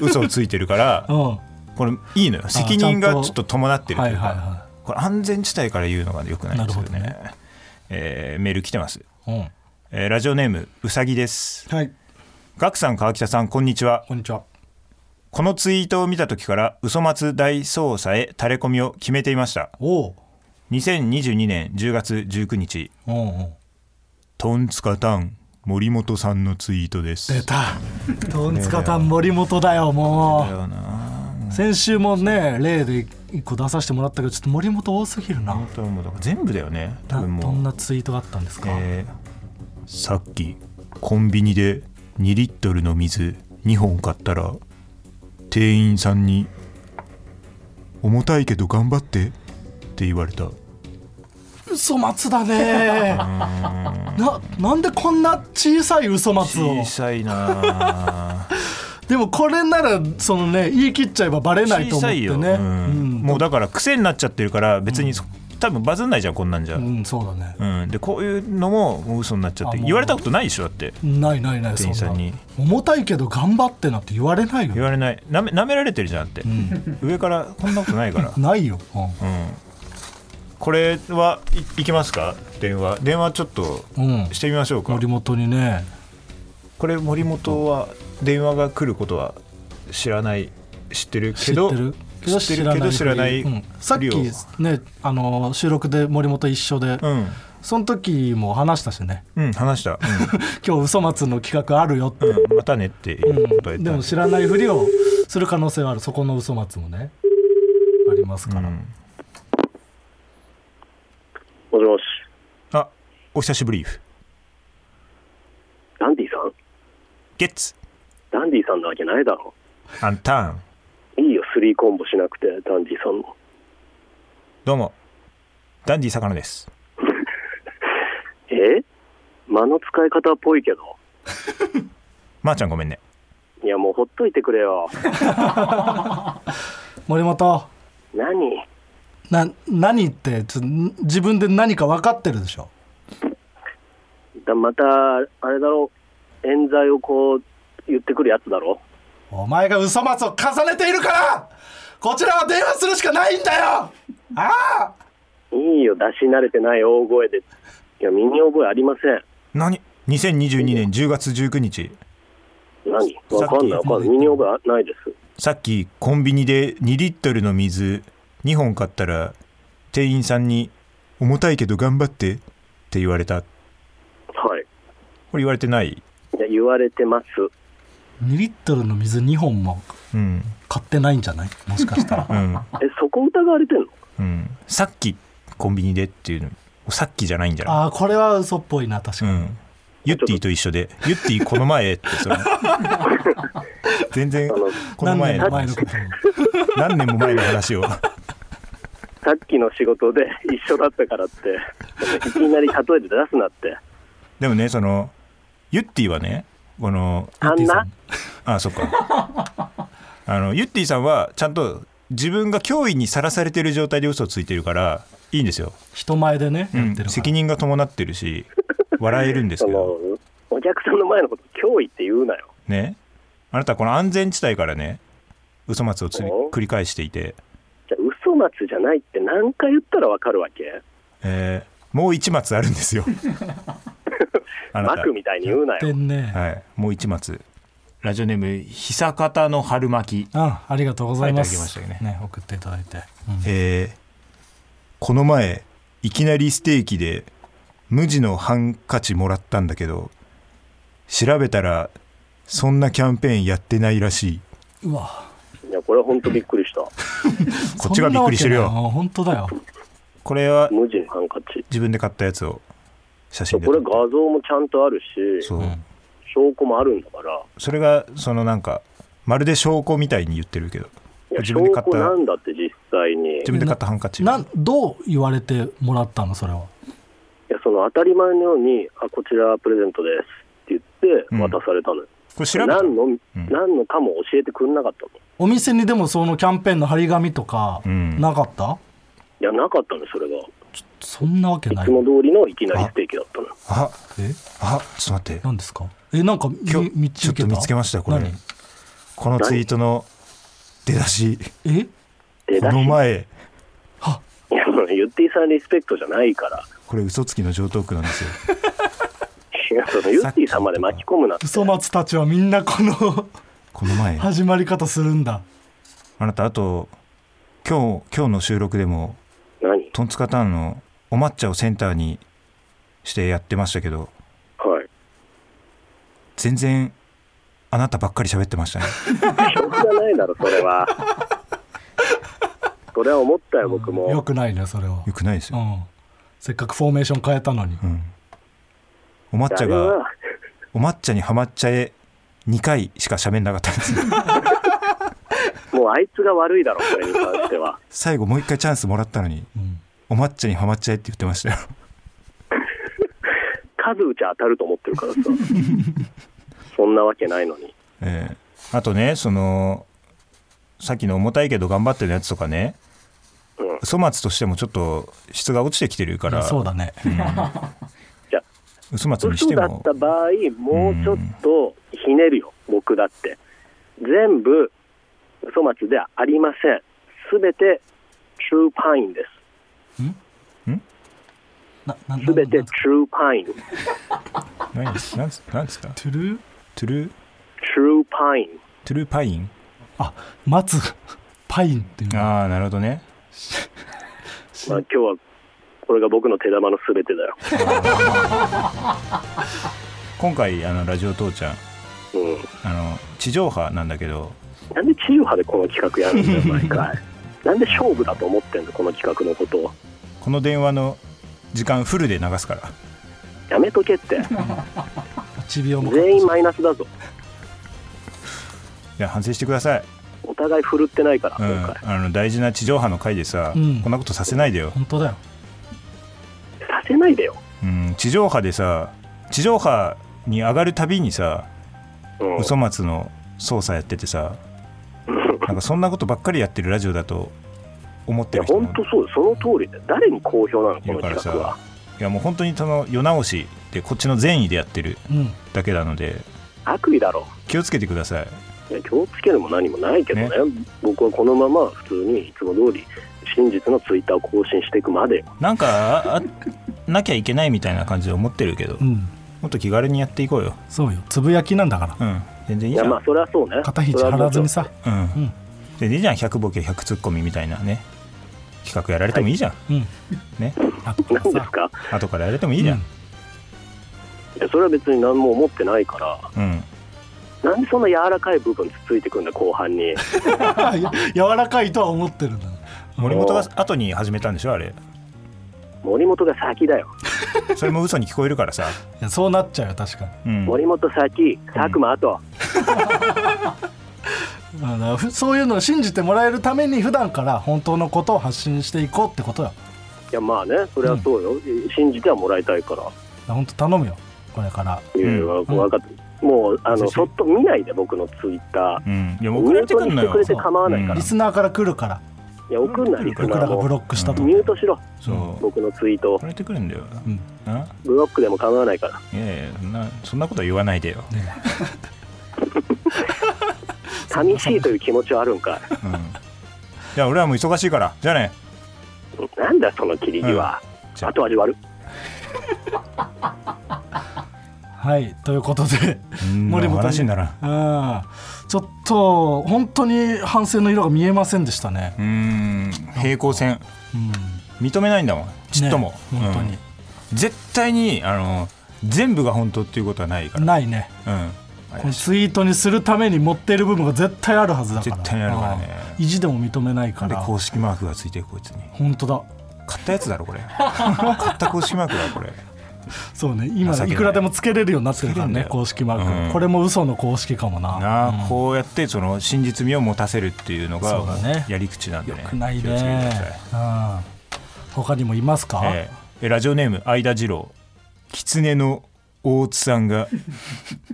S2: 嘘をついてる
S3: *laughs*
S2: から
S3: うん
S2: これいいのよ責任
S3: ちゃん
S2: が
S3: と
S2: ちょっと伴ってるというか、
S3: はいはいは
S2: これ安全地帯から言うのがよくないですよね
S3: なる
S2: えーメール来てます、
S3: うん
S2: えーラジオネームうさぎです
S3: はい
S2: ガクさん川北さんこんにちは
S3: こんにちは
S2: このツイートを見た時から嘘松大捜査へタレコミを決めていました
S3: おう
S2: 2022年10月19日
S3: うんうん
S2: トンツカタン森本さんのツイートです
S3: 出たトンツカタン森本だよも
S2: だよな
S3: う先週もね例で一個出させてもらったけどちょっと森本多すぎるな
S2: 本当はもうだから全部だよね多
S3: な
S2: 分
S3: ど
S2: も
S3: ん
S2: う、
S3: なツイートがあったんですか、
S2: えーさっきコンビニで2リットルの水2本買ったら店員さんに「重たいけど頑張って」って言われた
S3: 嘘松だ
S2: *laughs*
S3: ねななんでこんな小さい嘘松
S2: 小
S3: を
S2: さい
S3: *laughs*
S2: なあ
S3: でもこれならそのね言い切っちゃえばバレないと
S2: 小
S3: 思っ
S2: さ
S3: て
S2: い
S3: ね
S2: よ、うん
S3: うん
S2: もうだから癖になっちゃってるから別にそ、多分バズんないじゃんこんなんじゃ、
S3: うんそうだね
S2: うん、でこういうのももう嘘になっちゃって
S3: あもう
S2: 言われたことないでしょだって
S3: ないないない
S2: 店
S3: そ
S2: 員さんに
S3: 重たいけど頑張ってなんて言われない
S2: 言
S3: よね
S2: われないなめ舐められてるじゃんだって、上からこんなことない
S3: *laughs*
S2: から
S3: ないよ、うん
S2: これはいいけますか電話電話ちょっと
S3: うん
S2: してみましょうか、
S3: 森本にね
S2: これ森本は電話が来ることは知らない知ってるけど
S3: 知ってる
S2: 知ってるけど知らない
S3: うんさっ
S2: ふりを
S3: きねあの収録で森本一緒で、
S2: うん、
S3: その時も話したしね *laughs*
S2: うん、話した、
S3: 今日嘘松の企画あるよって、
S2: うんうんまたねっていうことは言った、
S3: でも知らないふりをする可能性はあるそこの嘘松もねありますから、
S2: うん
S5: もしもし、
S2: あお久しぶり
S5: ダンディさん
S2: ゲッツ
S5: ダンディさんなわけないだろ。
S2: アンターン
S5: いいよ、スリーコンボしなくて、ダンディさんの。
S2: どうもダンディ魚です
S5: え間の使い方っぽいけど。
S2: まー、ちゃんごめんね
S5: いや、もうほっといてくれ
S2: *laughs*
S5: よ。
S3: 森本
S5: 何
S3: な何ってちょっとん自分で何か分かってるでしょ
S5: だまた、あれだろ、冤罪をこう、言ってくるやつだろ。
S3: お前が嘘松を重ねているからこちらは電話するしかないんだよああ
S5: いいよ、出し慣れてない大声で。いや、身に覚えありません。
S2: 何2022年10月19日
S5: 何
S2: さっき
S5: わかんない、わかんない。身に覚えないです。
S2: さっきコンビニで2リットルの水2本買ったら店員さんに「重たいけど頑張って」って言われたこ
S5: はい。
S2: れ言われてない
S5: いや、言われてます。
S3: 2リットルの水2本も
S2: うん
S3: 買ってないんじゃないもしかしたら
S2: うん
S6: え、そこ疑われてんの
S2: うんさっきコンビニでっていうのさっきじゃないんじゃな
S3: ああこれは嘘っぽいな確か
S2: い、う
S3: に、
S2: ん、ユッティと一緒でユッティこの前ってその全然この
S3: 何
S2: 前
S3: 年
S2: の
S3: も前の
S2: 話
S3: ことに
S2: 何年も前の話を
S6: さっきの仕
S2: *laughs*
S6: 事で一緒だったからって、いきなり例えて出すなって。
S2: でもねそのユッティはねこの
S6: あんな
S2: あそっか *laughs* あのユッティさんはちゃんと自分が脅威にさらされてる状態で嘘をついてるからいいんですよ、
S3: 人前でね、
S2: うん
S3: やってるから
S2: 責任が伴ってるし笑えるんです
S6: *laughs* そ
S2: け
S6: の
S2: ど、
S6: お客さんの前のこと、脅威って言うなよ。
S2: ねあなたはこの安全地帯からね嘘松をつり
S6: お
S2: 繰り返していて、
S6: じゃあ嘘待つじゃないって何回言ったらわかるわけ
S2: えーもう一松あるん
S6: *laughs*
S2: ですよあな
S6: マ
S2: た
S6: クみたいに言うな
S3: 言
S6: よ
S3: っ。てんね、
S2: はいもう一松
S7: ラジオネーム久方の春巻き
S3: うん、ありがとうございます
S7: はいいただきました
S3: ね送っていただいて、うん
S2: えーこの前いきなりステーキで無地のハンカチもらったんだけど調べたらそんなキャンペーンやってないらしいう
S3: わ
S6: いや、これは本当びっく
S2: *laughs*
S6: りした。
S2: こっちがびっくりしてる
S3: そん
S2: よ
S3: なわけない本当だよ
S2: これは
S6: 無地のハンカチ。
S2: 自分で買ったやつを写
S6: そ
S2: 真
S6: う
S2: で
S6: こ
S2: 撮っ
S6: れ
S2: て
S6: 画像もちゃんとあるし、
S2: そう、
S6: 証拠もあるんだから、
S2: それがそのなんかまるで証拠みたいに言ってるけど
S6: いや
S2: 自
S6: 証
S2: 分で買っ
S6: 拠
S2: た
S6: なんだって実際に。
S2: 自分で買ったハンカチ
S3: なんどう言われてもらったのそれはい
S6: やその当たり前のように「あこちらプレゼントです」って言って
S2: うん
S6: 渡されたのよ、
S2: これ調べた
S6: 何の、何のかも教えてくれなかったの
S3: お店にでもそのキャンペーンの張り紙とか
S2: うん
S3: なかった、
S6: いやなかったのよそれがい
S3: そんなわけない
S6: つも通りのいきなりステーキだったのよ
S2: あ
S3: え
S2: あちょっと待って
S3: 何ですかえなんかみ
S2: 今日
S3: 見
S2: ちょっと見つけましたこれ
S3: 何
S2: このツイートの出だし
S3: え
S6: 出
S2: こ
S6: だし
S2: の前
S6: いやもうゆってぃさんリスペクトじゃないから
S2: これ嘘つきの上等句なんですよ
S6: いやそのゆってぃさんまで巻き込むなって
S3: 嘘松たちはみんなこの
S2: この前
S3: *laughs* 始まり方するんだ
S2: あなたあと今日今日の収録でも
S6: 何
S2: トンツカタンのお抹茶をセンターにしてやってましたけど
S6: はい
S2: 全然あなたばっかり喋ってましたね
S6: しょうがないだろそれはそれは思ったよ僕も、
S3: よくないねそれは
S2: よくないです
S3: う
S2: よ、
S3: んせっかくフォーメーション変えたのに
S2: うん、お抹
S6: あ
S2: 茶
S6: れは
S2: がお抹茶にはまっちゃえ2回しか喋んなかったんですよ
S6: もうあいつが悪いだろそれに関しては
S2: 最後もう一回チャンスもらったのに
S3: うん
S2: お抹茶にはまっちゃえって言ってましたよ
S6: 数打ち当たると思ってるからさそんなわけないのに
S2: ええあとねそのさっきの重たいけど頑張ってるやつとかね
S6: うん
S2: 粗末としてもちょっと質が落ちてきてるか
S3: いや
S2: ら
S3: そうだね
S6: じゃあ
S2: 嘘松にし
S6: 嘘
S2: て
S6: だ
S2: も
S6: った場合もうちょっとひねるよ、僕だって全部嘘町ではありませんすべて True Pine で
S3: ななな
S6: すすべて
S3: な
S6: True Pine
S2: 何ですなんつなんつった
S3: トゥルー
S2: トゥルー
S6: True Pine
S2: トゥルーパイン
S3: あ松パインっていうの
S2: ああなるほどね
S6: まあ今日はこれが僕の手玉のすべてだ
S3: *laughs*
S6: よ、
S2: 今回あのラジオ父ちゃん
S6: う
S2: あの地上波なんだけど
S6: ん、なんで地上波でこの企画やるんだよ
S3: *laughs*
S6: 毎回なんで勝負だと思ってんのこの企画のことを
S2: この電話の時間フルで流すから
S6: やめと
S3: *laughs*
S6: けって
S3: 1秒も
S6: 全員マイナスだぞ
S2: いや反省してください、
S6: お互い振るってないから
S2: う
S6: 今
S2: ん、
S6: 回、
S2: あの大事な地上波の回でさ、
S3: うん
S2: こんなことさせないでよ、
S3: 本当だよ
S6: させないでよ、
S2: うん、地上波でさ地上波に上がるたびにさ
S6: うん、
S2: 嘘松の操作やってて
S6: *laughs*
S2: さなんかそんなことばっかりやってるラジオだと思ってる人も
S6: 本当そうその通りで誰に好評なのこ
S2: いる
S6: の
S2: から
S6: 企画
S2: さ
S6: はい
S2: やもう本当にその世直しでこっちの善意でやってる
S3: うん
S2: だけなので
S6: 悪意だろ
S2: 気をつけてください
S6: いや気をつけるも何もないけどね
S2: ね
S6: 僕はこのまま普通にいつも通り真実のツイッターを更新していくまで
S2: なんかああなきゃいけないみたいな感じで思ってるけど
S3: うん
S2: もっと気軽にやっていこうよ
S3: そうよつぶやきなんだから
S2: うん全然いい
S6: い
S2: じゃ
S6: や
S2: ん、
S6: まあそれはそうね
S3: 肩肘張らずにさ
S2: うん、
S3: うん
S2: 全然いいじゃん100ボケ100ツッコミみたいなね企画やられてもいいじゃん、
S3: うん
S2: ね
S3: あと
S6: それはもう何で
S3: さ
S6: すか
S2: 後からやれてもいいじゃん
S6: いやそれは別に何も思ってないから
S2: うん、
S6: なんでそんな柔らかい部分つついてくんだ後半
S2: *laughs*
S6: に
S3: や *laughs* 柔らかいとは思ってるんだ
S2: 森本が後に始めたんでしょあれ
S6: 森本が先だよ
S2: それも嘘に聞こえるからさ、
S3: いやそうなっちゃうよ確か
S2: う
S3: に
S2: ん、
S6: 森本先佐久間後、
S3: あのふそういうのを信じてもらえるために普段から本当のことを発信していこうってことよ
S6: いやまあねそれはそうよ、信じてはもらいたいから
S3: 本当頼むよこれから
S6: いやいや分かったもうあの
S2: 私
S6: そっと見ないで僕のツイッター
S2: うん、いやもう送られてくんの
S6: ミュート
S2: よ
S6: にしてくれて構わないから、
S2: うん
S3: リスナーから来るから
S6: いや送んないリス
S3: 僕ら
S6: ナ
S3: が
S6: ー
S3: ブ
S6: も
S3: ロックしたと
S6: ミュートしろ
S2: そう
S6: 僕のツイートを
S2: 送られてくるんだよ、
S3: うん
S2: あ
S6: ブロックでも構わないから
S2: いやいやそんなそんなことは言わないでよ、
S6: 寂しいという気持ちはあるんか
S2: うん、じゃあ俺はもう忙しいからじゃあね *laughs*
S6: いなんだその切り際、
S2: じゃあ
S6: 後味悪い
S3: はいということで
S2: うん
S3: 森本
S2: 話にならん
S3: うんちょっと本当に反省の色が見えませんでしたね
S2: うーん平行線
S3: うん
S2: 認めないんだもんちっとも、
S3: ね本当に、
S2: うん絶対にあの全部が本当っていうことはないから、
S3: ないね
S2: うん、
S3: このツイートにするために持ってる部分が絶対あるはずだから
S2: 絶対あるからね
S3: うん意地でも認めないか
S2: で
S3: ら
S2: 公式マークがついてるこいつに
S3: 本当だ
S2: 買ったやつだろこれ *laughs* 買った公式マークだよこれ
S3: そうね今
S2: 情けない
S3: いくらでもつけれるようになってるから
S2: つけれる
S3: ね
S2: んだよ
S3: 公式マーク、
S2: うん
S3: これも嘘の公式かもな
S2: なあ、こうやってその真実味を持たせるっていうのが
S3: そうだね
S2: やり口なんでね
S3: よくない
S2: 気をつけてくだ
S3: ね
S2: さい、
S3: うん、他にもいますか、
S2: えーえラジオネーム相田二郎狐の大津さん
S3: *laughs*
S2: が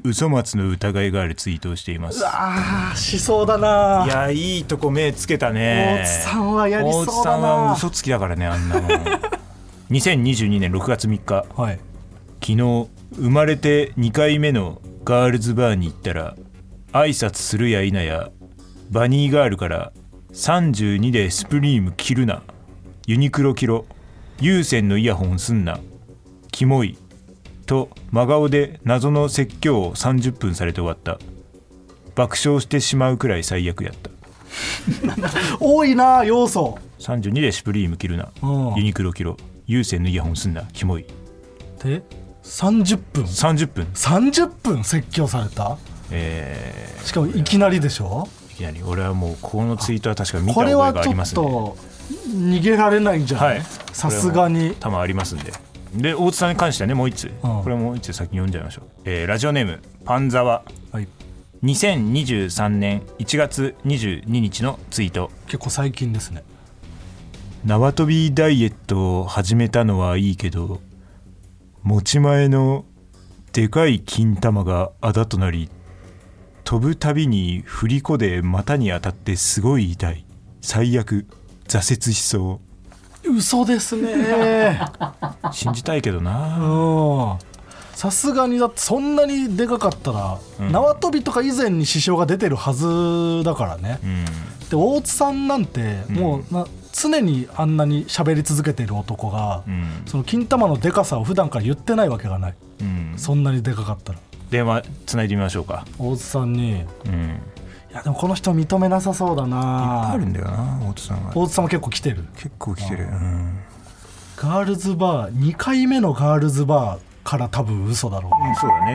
S2: 嘘松の疑いがあるツイートをしています
S3: ああしそうだない
S2: やいいとこ目つけたね
S3: 大津さんはやりそ
S2: 大
S3: うだな
S2: 津さんは嘘つきだからねあんなもん
S3: *laughs*
S2: 2022年6月3日
S3: はい
S2: 昨日生まれて2回目のガールズバーに行ったら挨拶するや否やバニーガールから32でスプリーム着るなユニクロ着ろ有線のイヤホンすんなキモいと真顔で謎の説教を30分されて終わった爆笑してしまうくらい最悪やった
S3: 多いな要素
S2: 32でスプリーム着るな
S3: うん
S2: ユニクロ着ろ有線のイヤホンすんなキモい
S3: で30分
S2: 30分
S3: 30分説教された
S2: えー
S3: しかもいきなりでしょ
S2: いきなり俺はもうこのツイートは確か見た
S3: こ
S2: 覚え
S3: れは
S2: があ
S3: ちょ
S2: りま
S3: っ
S2: すね
S3: と逃げられないんじゃな
S2: はいい
S3: さすがに
S2: 多分ありますんでで大津さんに関してはねもう一つ、これもう一つ先に読んじゃいましょう、えーラジオネームパンザワ
S3: はい、
S2: 2023年1月22日のツイート
S3: 結構最近ですね
S2: 縄跳びダイエットを始めたのはいいけど持ち前のでかい金玉があだとなり飛ぶたびに振り子で股に当たってすごい痛い最悪挫折しそう
S3: 嘘ですね
S2: 信じたいけど
S3: *laughs* う
S2: な、
S3: んさすがにだってそんなにでかかったら、縄跳びとか以前に支障が出てるはずだからね、
S2: うん、
S3: で大津さんなんてもうな、常にあんなに喋り続けてる男が、
S2: ん
S3: その金玉のでかさを普段から言ってないわけがない
S2: うん、
S3: そんなにでかかったら
S2: 電話つないでみましょうか、
S3: 大津さんに
S2: うん、
S3: いやでもこの人認めなさそうだな
S2: あるんだよな大津さんは
S3: 大津さんも結構来てる
S2: 結構来てる、うん、
S3: ガールズバー2回目のガールズバーから多分嘘だろう、
S2: そうだね、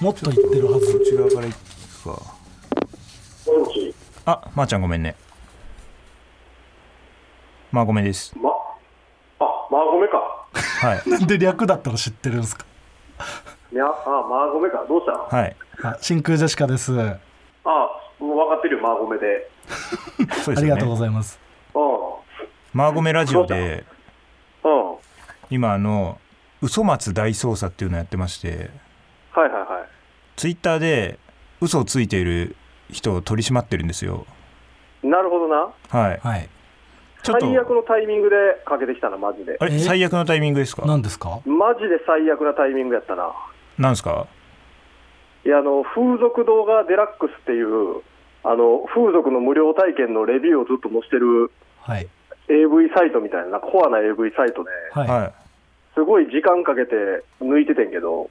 S3: もっと言ってるはず
S2: こっち側からいくかあまー、ちゃんごめんねまあごめんです
S6: まあマーゴメか
S2: はい
S3: なんで略だったら知ってるんですか
S6: いやあマーゴメかどうしたあ
S2: はい
S3: あ真空ジェシカです
S6: もう分かってるよマーゴメで
S2: そう
S3: あ
S2: です
S3: り
S2: よ
S3: がとうご
S2: ね
S3: ざいます
S6: う
S2: マーゴメラジオで
S6: んうんはい
S2: 今あの「嘘松大捜査」っていうのやってまして
S6: はいはい
S2: ツイッターで嘘をついている人を取り締まってるんですよ
S6: なるほどな
S2: はい
S3: はい
S2: ちょっと
S6: 最悪のタイミングでかけてきたなマジで
S2: あれ
S3: え
S2: 最悪のタイミングですか
S3: 何ですか
S6: マジで最悪なタイミングやったな
S2: なんですか
S6: いやあの風俗動画デラックスっていうあの風俗の無料体験のレビューをずっと載せてる
S3: はい
S6: AV サイトみたいななんかコアな AV サイトで
S3: はい、
S2: は。
S6: すごい時間かけて抜いててんけど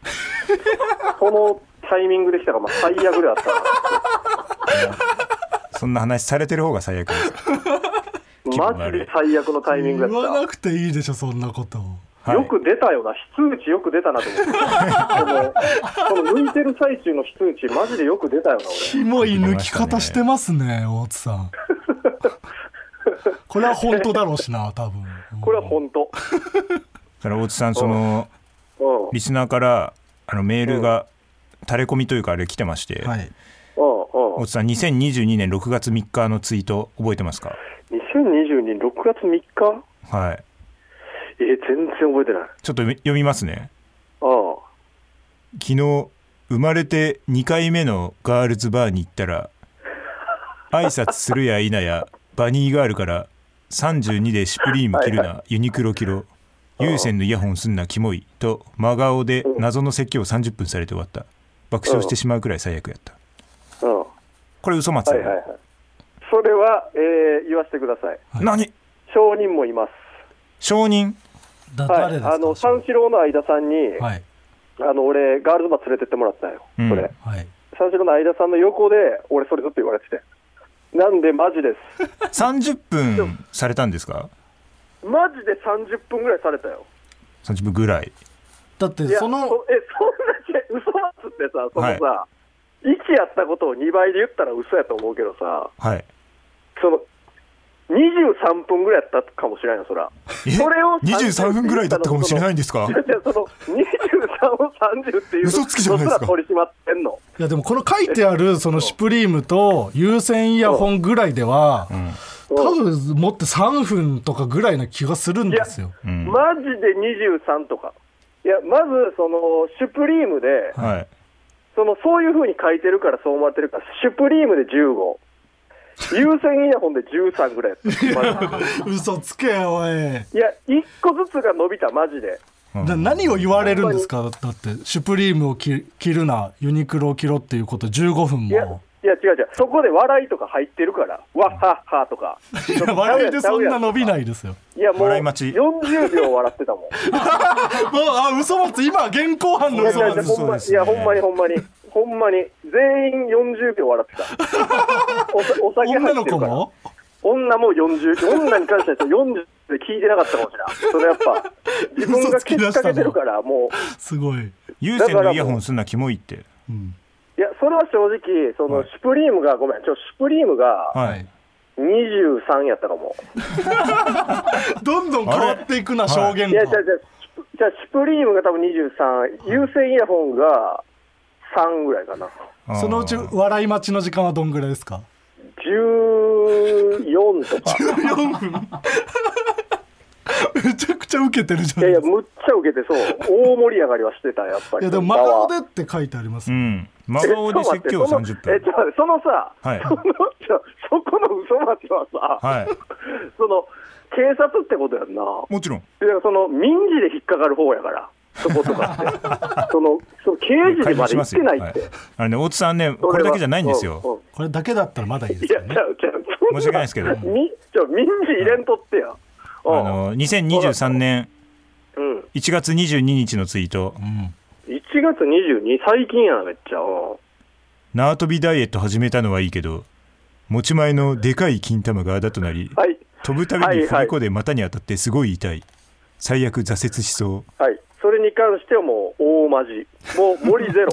S6: そのタイミングできたから、まあ、最悪であったない
S2: そんな話されてる方が最悪です。気分悪い
S6: マジで最悪のタイミングや
S3: 言
S6: った
S3: わなくていいでしょそんなこと
S2: はい
S6: よく出たよな、非通知よく出たなと思って、このこの抜いてる最中の非通知、マジでよく出たよな、
S3: キモい抜き方してますね *laughs* 大津さんこれは本当だろうしな多分
S6: 俺、これは本当、
S2: から大津さんその
S6: うん、うん、うん、
S2: リスナーからあのメールが垂れ込みというかあれ来てまして、
S3: はい
S2: 大津さん2022年6月3日のツイート覚えてますか
S6: 2022年6月3日、
S2: はい
S6: えー全然覚えてない、
S2: ちょっと読みますね
S6: うん、
S2: 昨日生まれて2回目のガールズバーに行ったら挨拶するや否やバニーガールから32でシュプリーム着るなユニクロ着ろ有線のイヤホンすんなキモいと真顔で謎の説教を30分されて終わった爆笑してしまうくらい最悪やった
S6: うん、
S2: これ嘘松
S6: はいはいはい、それは、えー言わせてください、
S2: 何
S6: 証人もいます。
S2: 証人
S3: だ
S6: は
S3: 誰で
S6: い、
S3: すか
S6: あの三四郎の間さんに、
S3: はい
S6: あの俺、ガールズバー連れてってもらったんよ、
S2: うん
S6: それ、
S3: はい
S6: 三四郎の間さんの横で、俺、それずっと言われてて、なんで、マ
S3: *laughs*
S6: ジです、
S2: 30分されたんですか
S6: マジで30分ぐらいされたよ、
S2: 30分ぐらい
S3: だって
S6: いや
S3: その
S6: そえそんなけ、嘘だっつってさ、そのさ、1やったことを2倍で言ったら嘘やと思うけどさ、
S2: はい
S6: その23分ぐらいやったかもしれないよ、そら。
S2: え
S6: それを
S2: 23分ぐらいだったかもしれないんですか
S6: *laughs* いやいやその23を30っていう
S2: 嘘つきじゃないですか
S6: そら取り締まってんの
S3: いやでもこの書いてあるそのシュプリームと有線イヤホンぐらいでは多分持って3分とかぐらいな気がするんですよ。
S2: うん
S6: マジで23とか、いや、まず、その、シュプリームで、
S2: はい
S6: その、そういうふうに書いてるから、そう思われてるから、シュプリームで15、有線イヤホンで13ぐらいやったマジで
S3: 嘘つけよおい。
S6: いや、1個ずつが伸びた、マジで。
S3: な何を言われるんですかだってシュプリームを着着るなユニクロを着ろっていうこと15分
S6: いや、
S3: も。
S6: いや違う違う、そこで笑いとか入ってるから、わっはっはとか、
S3: *laughs* いや笑いでそんな伸びないですよ。
S6: いや、もう、
S2: 笑い待ち
S6: 40秒笑ってた
S3: *laughs*
S6: もん。
S3: もうあ嘘持つ今現行犯
S6: い
S3: の
S6: や
S3: 嘘
S6: いやい
S3: 持
S6: や
S3: つ。
S6: ほんまいやほんまにほんまにほんまに全員40秒笑っ
S3: *laughs*
S6: てたお酒お酒入
S3: 女
S6: っ
S3: の
S6: てる
S3: 子
S6: から
S3: も
S6: 女も40女に関しては40で聞いてなかったかもしれないそれやっぱ自分が
S3: 嘘つき
S6: け
S3: 出
S6: し
S3: した
S6: か
S3: の
S6: けてるからもう
S3: すごい。
S2: 有線のイヤホンすんなキモいって
S6: いやそれは正直その、
S2: はい
S6: シュプリームがごめんちょシュプリームが
S2: はい
S6: 23やったかも
S3: どんどん変わっていくな
S2: あれ
S3: 証言
S6: いや
S3: が
S6: じゃ。
S2: *laughs*
S6: あじゃあじゃあシュプリームが多分23有線イヤホンが3ぐらいかな
S3: そのうち笑い待ちの時間はどんぐらいですか
S6: 14とか
S3: 4分めちゃくちゃ受けてるじゃ
S6: い
S3: な
S6: や
S3: いです
S6: いや、
S3: か
S6: むっちゃ受けて、そう、大盛り上がりはしてた、やっぱ
S3: い
S6: り。
S3: やでも真
S6: 場は
S3: 顔でって書いてあります
S2: う
S3: よ、
S2: ん
S6: え
S2: 真顔で説教
S6: ちょっと待っ
S2: 30
S6: て
S2: 分
S6: そのえちょっと待ってそのさ、
S2: はい
S6: そのちょそこの嘘町はさ、
S2: はい
S6: その警察ってことやんな、
S2: もちろん
S6: いやその民事で引っかかる方やから、そことかっ
S2: *laughs*
S6: て、そのその刑事でまで行ってないって、
S2: はいあのね大津さんねこれだけじゃないんです
S6: うんう
S2: よ
S6: ん
S3: これだけだったらまだいいで
S6: い
S3: す
S6: や、
S3: よ
S6: 違
S3: ね
S6: う違う、そん
S2: 申し訳ないですけど
S6: みちょ民事入れんとってや、
S2: あ
S6: うん
S2: の2023年
S6: うん、
S2: 1月22日のツイート
S6: 1月22、最近やな、めっちゃ。うん
S2: 縄跳びダイエット始めたのはいいけど持ち前のでかい金玉があだとなり
S6: はい
S2: 飛ぶたびに振り子で股に当たってすごい痛い最悪挫折しそう
S6: はい、それに関してはもう大マジ、もう森ゼロ、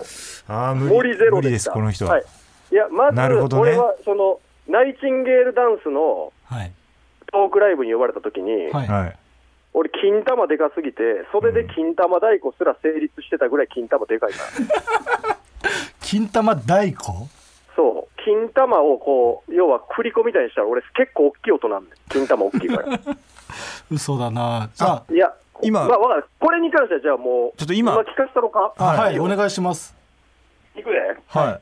S2: ああ *laughs* 無
S6: 森ゼロ
S2: 無理
S6: で
S2: で
S6: し
S2: す
S6: た
S2: この人
S6: は、
S2: はい
S6: いや、まず、
S2: なるほどね
S6: 俺はそのナイチンゲールダンスの
S3: はい
S6: トークライブに呼ばれたときに、
S3: はい、
S2: はい
S6: 俺、金玉でかすぎて、袖で金玉太鼓すら成立してたぐらい金玉でかいから、
S3: 金玉大鼓
S6: そう、金玉をこう、要は振り子みたいにしたら、俺、結構大きい音なんで、金玉大きい
S2: *laughs*
S6: から。
S3: 嘘だなじゃあ
S6: いや、
S2: 今
S6: まあ、わかるこれに関しては、じゃあもう、
S2: ちょっと今
S6: 聞かせたろか、
S3: あはい、
S6: よ
S3: お願いします
S6: いくで。
S2: はい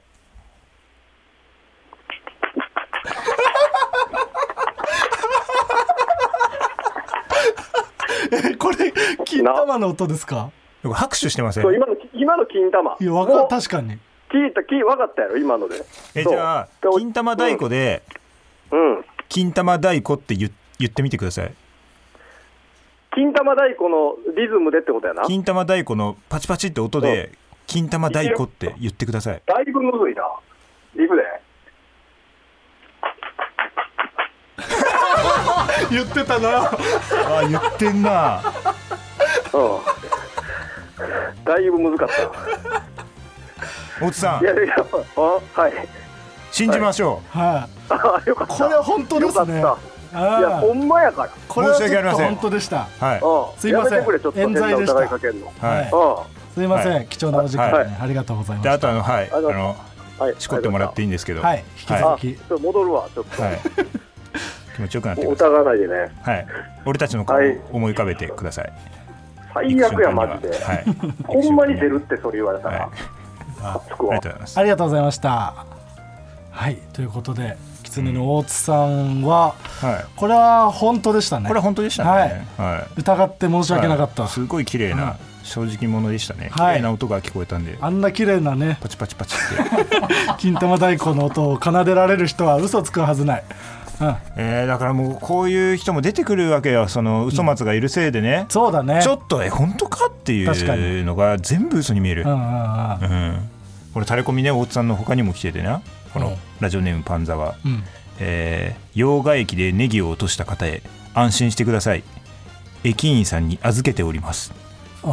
S3: えこれ金玉の音ですか
S2: よく拍手してません
S6: そう今の今の金玉
S3: いやわか
S6: もう
S3: 確かに
S6: 聞いた聞い分かったやろ今ので
S2: え
S6: そう
S2: じゃあ
S6: でお
S2: 金玉太鼓で
S6: うん、うん
S2: 金玉太鼓って言言ってみてください
S6: 金玉太鼓のリズムでってことやな
S2: 金玉太鼓のパチパチって音で金玉太鼓って言ってください
S6: だいぶむずいな。いくで。
S3: 言ってたな
S2: あ言ってんな *laughs*
S6: うんだいぶ難かった
S8: 大津さ
S6: い
S8: ん
S6: やいやあはい
S8: 信じましょ
S3: は
S6: あよかっ
S3: い、
S6: た
S3: これは本当で
S6: よか
S3: す
S6: っ
S3: ね。
S6: た
S3: あー
S6: いやほんまやから
S3: これはちょ
S8: 申し訳あり
S3: っ
S8: ま
S3: と
S8: せん
S3: 本当でした。
S8: うはい
S6: うん
S3: すいません
S6: やめてくれちょっと変な疑いかけるの
S3: は
S2: はいい
S6: うん
S3: すいません、
S2: はい
S3: 貴重なお時間、ね
S6: はい
S3: ありがとうございま
S2: であ
S3: した。
S2: とあのはいあ
S6: あの
S2: の
S6: はい
S2: しこってもらっていいんですけど
S3: はい引き続き
S6: あちょっと戻るわちょっと
S2: はい気持ちよくなって
S6: もう
S2: くださ
S6: 疑わないでね
S2: いはい俺たちの顔を
S6: はい
S2: 思い浮かべてください
S6: 最悪やマジで
S2: はい
S6: ほんまに出るってそれ言われた
S2: はい
S6: ら
S2: ありがとうご
S6: つくわ
S2: ざいます
S3: ありがとうございました。はい、ということで、狐の大津さんは、
S2: はい
S3: これは本当でしたね。
S2: これ本当でしたねはい
S3: 疑って申し訳なかった。
S2: はいすごい綺麗な正直者でしたね綺
S3: はい
S2: 麗な音が聞こえたんで
S3: あんな綺麗なね、
S2: パチパチパチって
S3: 金玉太鼓の音を奏でられる人は嘘つくはずない。うん、
S2: えーだからもうこういう人も出てくるわけよその嘘松がいるせいでね
S3: そうだね。
S2: ちょっとえ本当かって
S3: 確か
S2: い
S3: に
S2: うのが全部嘘に見える
S3: うんうんうん
S2: う。ん、これタレコミね大津さんの他にも来ててなこ
S3: うん
S2: のラジオネームパンザワ、
S3: うん
S2: えー溶岩液でネギを落とした方へ安心してください駅員さんに預けております
S3: あ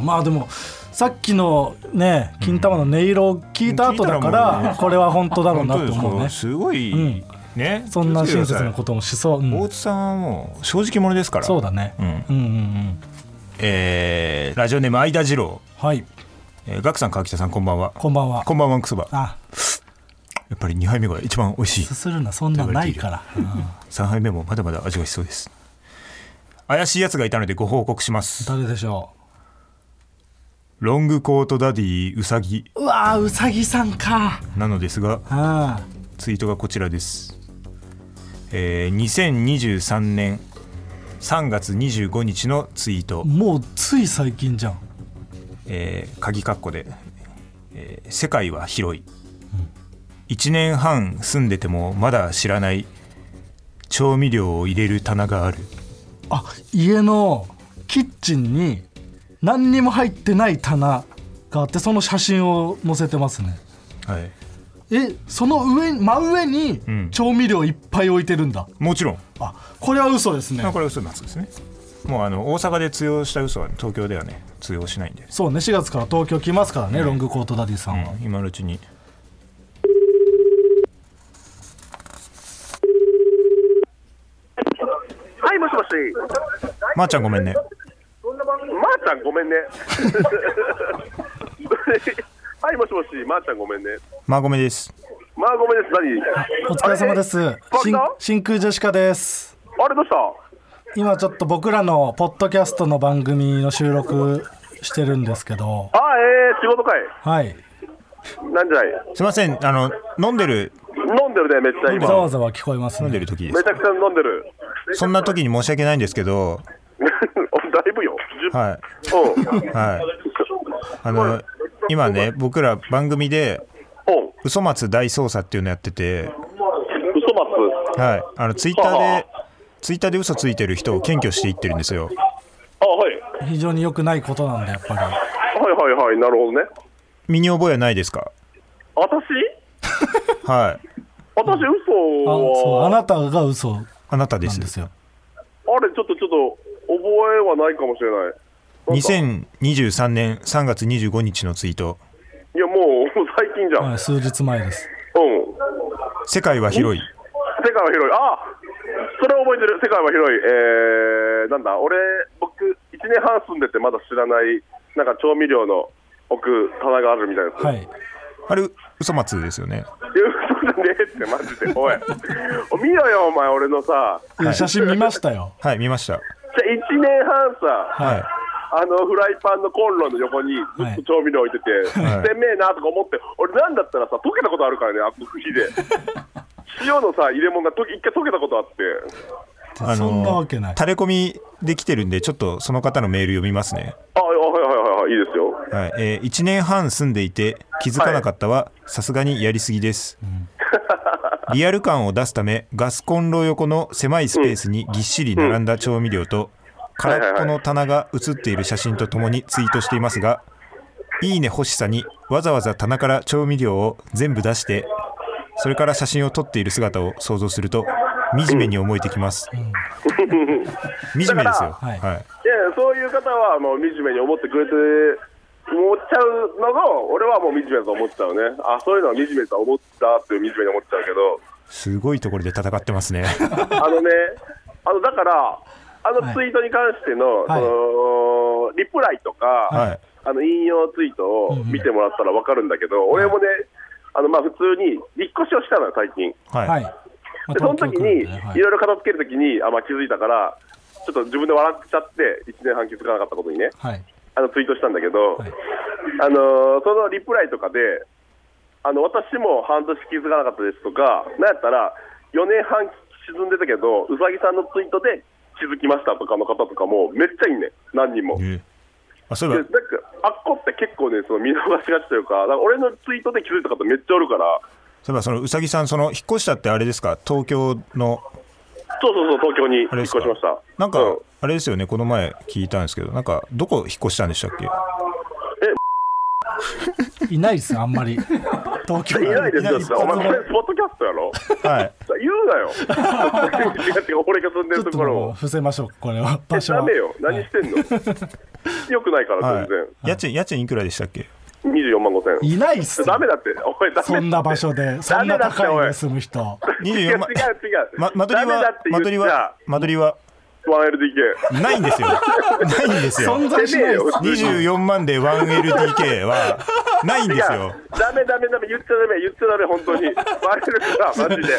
S3: ーまあでもさっきのね金玉の音色を聞いた後
S2: う
S3: だか
S2: ん聞いたらもう
S3: ら
S2: ね
S3: これは本当だろう
S2: 本
S3: な
S2: 当で
S3: と
S2: す
S3: 思うね
S2: かすごい、
S3: うん
S2: ね
S3: そんな
S2: 気
S3: 親切な
S2: をつけてくださ
S3: こともしそう、うん
S2: い大津さんはもう正直者ですから
S3: そうだね、
S2: うん
S3: うん、うんうん
S2: えーラジオネーム相田次郎、
S3: はい
S2: えーガクさん川北さんこんばんは
S3: こんばんは
S2: こんばんはクソバ
S3: あ
S2: やっぱり2杯目が一番美味しい
S3: すするなそんなんないから
S2: 3杯目もまだまだ味がしそうです怪しいやつがいたのでご報告します
S3: 誰でしょ
S2: ロングコートダディウサギ
S3: ううわーうさぎさんか
S2: なのですが
S3: あ
S2: ツイートがこちらです、えー、2023年3月25日のツイート
S3: ー、もうつい最近じゃん
S2: えー鍵括弧で、えー世界は広い」1年半住んでてもまだ知らない調味料を入れる棚がある
S3: あ家のキッチンに何にも入ってない棚があってその写真を載せてますね
S2: はい
S3: えその上真上に
S2: ん
S3: 調味料いっぱい置いてるんだ、
S2: もちろん
S3: あこれは嘘ですね
S2: まあこれは嘘なんですねもうあの大阪で通用した嘘は東京ではね通用しないんで、
S3: そうね4月から東京来ますからね、ロングコートダディさんは、
S2: うん今のうちに
S6: はいもしもし
S2: まー、ちゃんごめんね
S6: まーちゃんごめんね *laughs* はいもしもしまーちゃんごめんね
S2: まー、ごめんです
S6: まあごめんです何
S3: お疲れ様です
S6: バ
S3: しん
S6: カ
S3: 真空ジェシカです
S6: あれどうした
S3: 今ちょっと僕らのポッドキャストの番組の収録してるんですけど
S6: あえー、仕事かい
S3: はい
S6: なんじゃい
S2: すいませんあの飲んでる
S6: 飲んでるねめっちゃ
S3: ざ
S6: 今
S3: わざわ聞こえます
S2: 飲んで
S3: ね
S2: る時で
S6: め
S2: す
S6: ちゃくちゃ飲んでる *laughs*
S2: そんな時に申し訳ないんですけど
S6: だいぶよ10分
S2: は
S6: うん
S2: いはいあの今ね僕ら番組で
S6: うん
S2: 「嘘松大捜査」っていうのやってて、
S6: 嘘松
S2: はい、あのツイッター
S6: はあ
S2: でツイッターで嘘ついてる人を検挙していってるんですよ
S6: あはい
S3: 非常に良くないことなんだやっぱり
S6: はいはいはいなるほどね
S2: 身に覚えはないですか
S6: 私
S2: はい
S6: 私嘘
S3: あそうあ
S6: はあ
S3: なたが嘘なん
S2: あなたで
S3: ですすよ
S6: れちょっとちょっと覚えはないかもしれないなんか
S2: 2023年3月25日のツイート
S6: いやもう *laughs* もう最近じゃん、
S3: はい数日前です
S6: うん
S2: 「世界は広い
S6: 世界は広い。あそれ覚えてる。世界は広い。えー、なんだ、俺、僕、1年半住んでてまだ知らない、なんか調味料の奥、棚があるみたいな。。
S3: はいい
S2: あれ嘘松ですよね
S6: いや、嘘じゃねえって、マジで。おい。お見ろよ、お前、俺のさ。
S3: いや写真見ましたよ
S2: はい見ました
S6: じゃ1年半さ、
S2: はい
S6: あの、フライパンのコンロの横にずっと調味料置いてて、
S2: はい
S6: せんめえなとか思って、俺なんだったらさ、溶けたことあるからね、あの
S2: *laughs*
S6: 茎で。塩のさ、入れ物がと一回溶けたことあって。
S2: あ
S3: そんなわけない
S2: タレコミできてるんでちょっとその方のメール読みますね
S6: あ、はいはいはいはい、いいですよ。
S2: はい、え1年半住んでいて気づかなかったはさすがにやりすぎです、リアル感を出すためガスコンロ横の狭いスペースにぎっしり並んだ調味料と空っぽの棚が写っている写真とともにツイートしていますがいいね欲しさにわざわざ棚から調味料を全部出してそれから写真を撮っている姿を想像すると惨めに思えてきます、惨めですよ
S3: は
S2: はいい、
S6: いやそういう方はもう惨めに思ってくれて思っちゃうのが俺はもう惨めだと思っちゃうねあそういうのは惨めだと思ったっていう惨めに思っちゃうけど
S2: すごいところで戦ってますね
S6: あのねあのだからあのツイートに関しての,、
S3: はい
S6: そのリプライとか、
S2: はい
S6: あの引用ツイートを見てもらったら分かるんだけど、俺もねあのまあ普通に引っ越しをしたのよ最近
S2: はい、
S3: はい。まあ
S6: でその
S3: 東京来るん
S6: 時に
S3: でねはい
S6: ろいろ片付ける時にあ、まあ、気づいたからちょっと自分で笑っちゃって1年半気づかなかったことにね
S3: はい。
S6: あのツイートしたんだけど、
S3: はい
S6: あのーそのリプライとかで、あの私も半年気づかなかったですとか、なんやったら、4年半沈んでたけど、うさぎさんのツイートで気づきましたとかの方とかも、めっちゃいいね、何人も。で
S2: えあそうい
S6: な
S2: え
S6: んかあっこって結構ね、その見逃しがちというか、だから俺のツイートで気づいた方めっちゃおるから、
S2: そういえばそのうさぎさんその引っ越したってあれですか東京の
S6: そうそうそう、東京に
S2: あ
S6: 引
S2: れ
S6: っ
S2: ですか
S6: 越しました。
S2: なん
S6: う
S2: か
S6: ん
S2: あれですよねこの前聞いたんですけどなんかどこ引っ越したんでしたっけ
S3: いないですよ、あんま
S6: *laughs*
S3: り。東京
S6: いないです
S2: い
S6: よ、
S2: ない
S6: だからお前、これ、ポッドキャストや *laughs* ろ
S2: はい
S6: 言うなよ。 *laughs* 違う違う、俺が住んで
S3: ちょ
S6: る
S3: っ
S6: と
S3: と
S6: ころ
S3: もう
S6: を。
S3: 伏せましょう、これは。場所は
S6: ダメよ、何して
S3: *laughs*
S6: んの、よくないから、
S2: は
S6: 全然、
S2: い家賃家賃いくらでしたっけ
S6: 24万5千
S3: いないっす
S6: 円、
S3: よ
S6: ダメだって、おい、ダメだって
S3: そんな場所で、そんな高い
S6: ダメ
S3: 家
S6: だ
S3: に
S6: って
S3: 住む人。
S6: おい、違う違う違
S2: 24万
S6: う、
S2: ま間取り
S6: ダメだ
S2: は
S6: って
S2: 間取り
S6: 言っちゃ
S2: は間取りは
S6: 1LDK、
S2: ないんです
S6: *laughs*
S2: よないんですよ
S3: 存在しないっす
S6: ダメよ
S2: 24万で 1LDK はないん
S6: 違う
S2: ですよ。
S6: ダメダメダメ、言っちゃダメ、言っちゃダメ、本当
S3: *laughs*
S6: に、バレるから、マジで、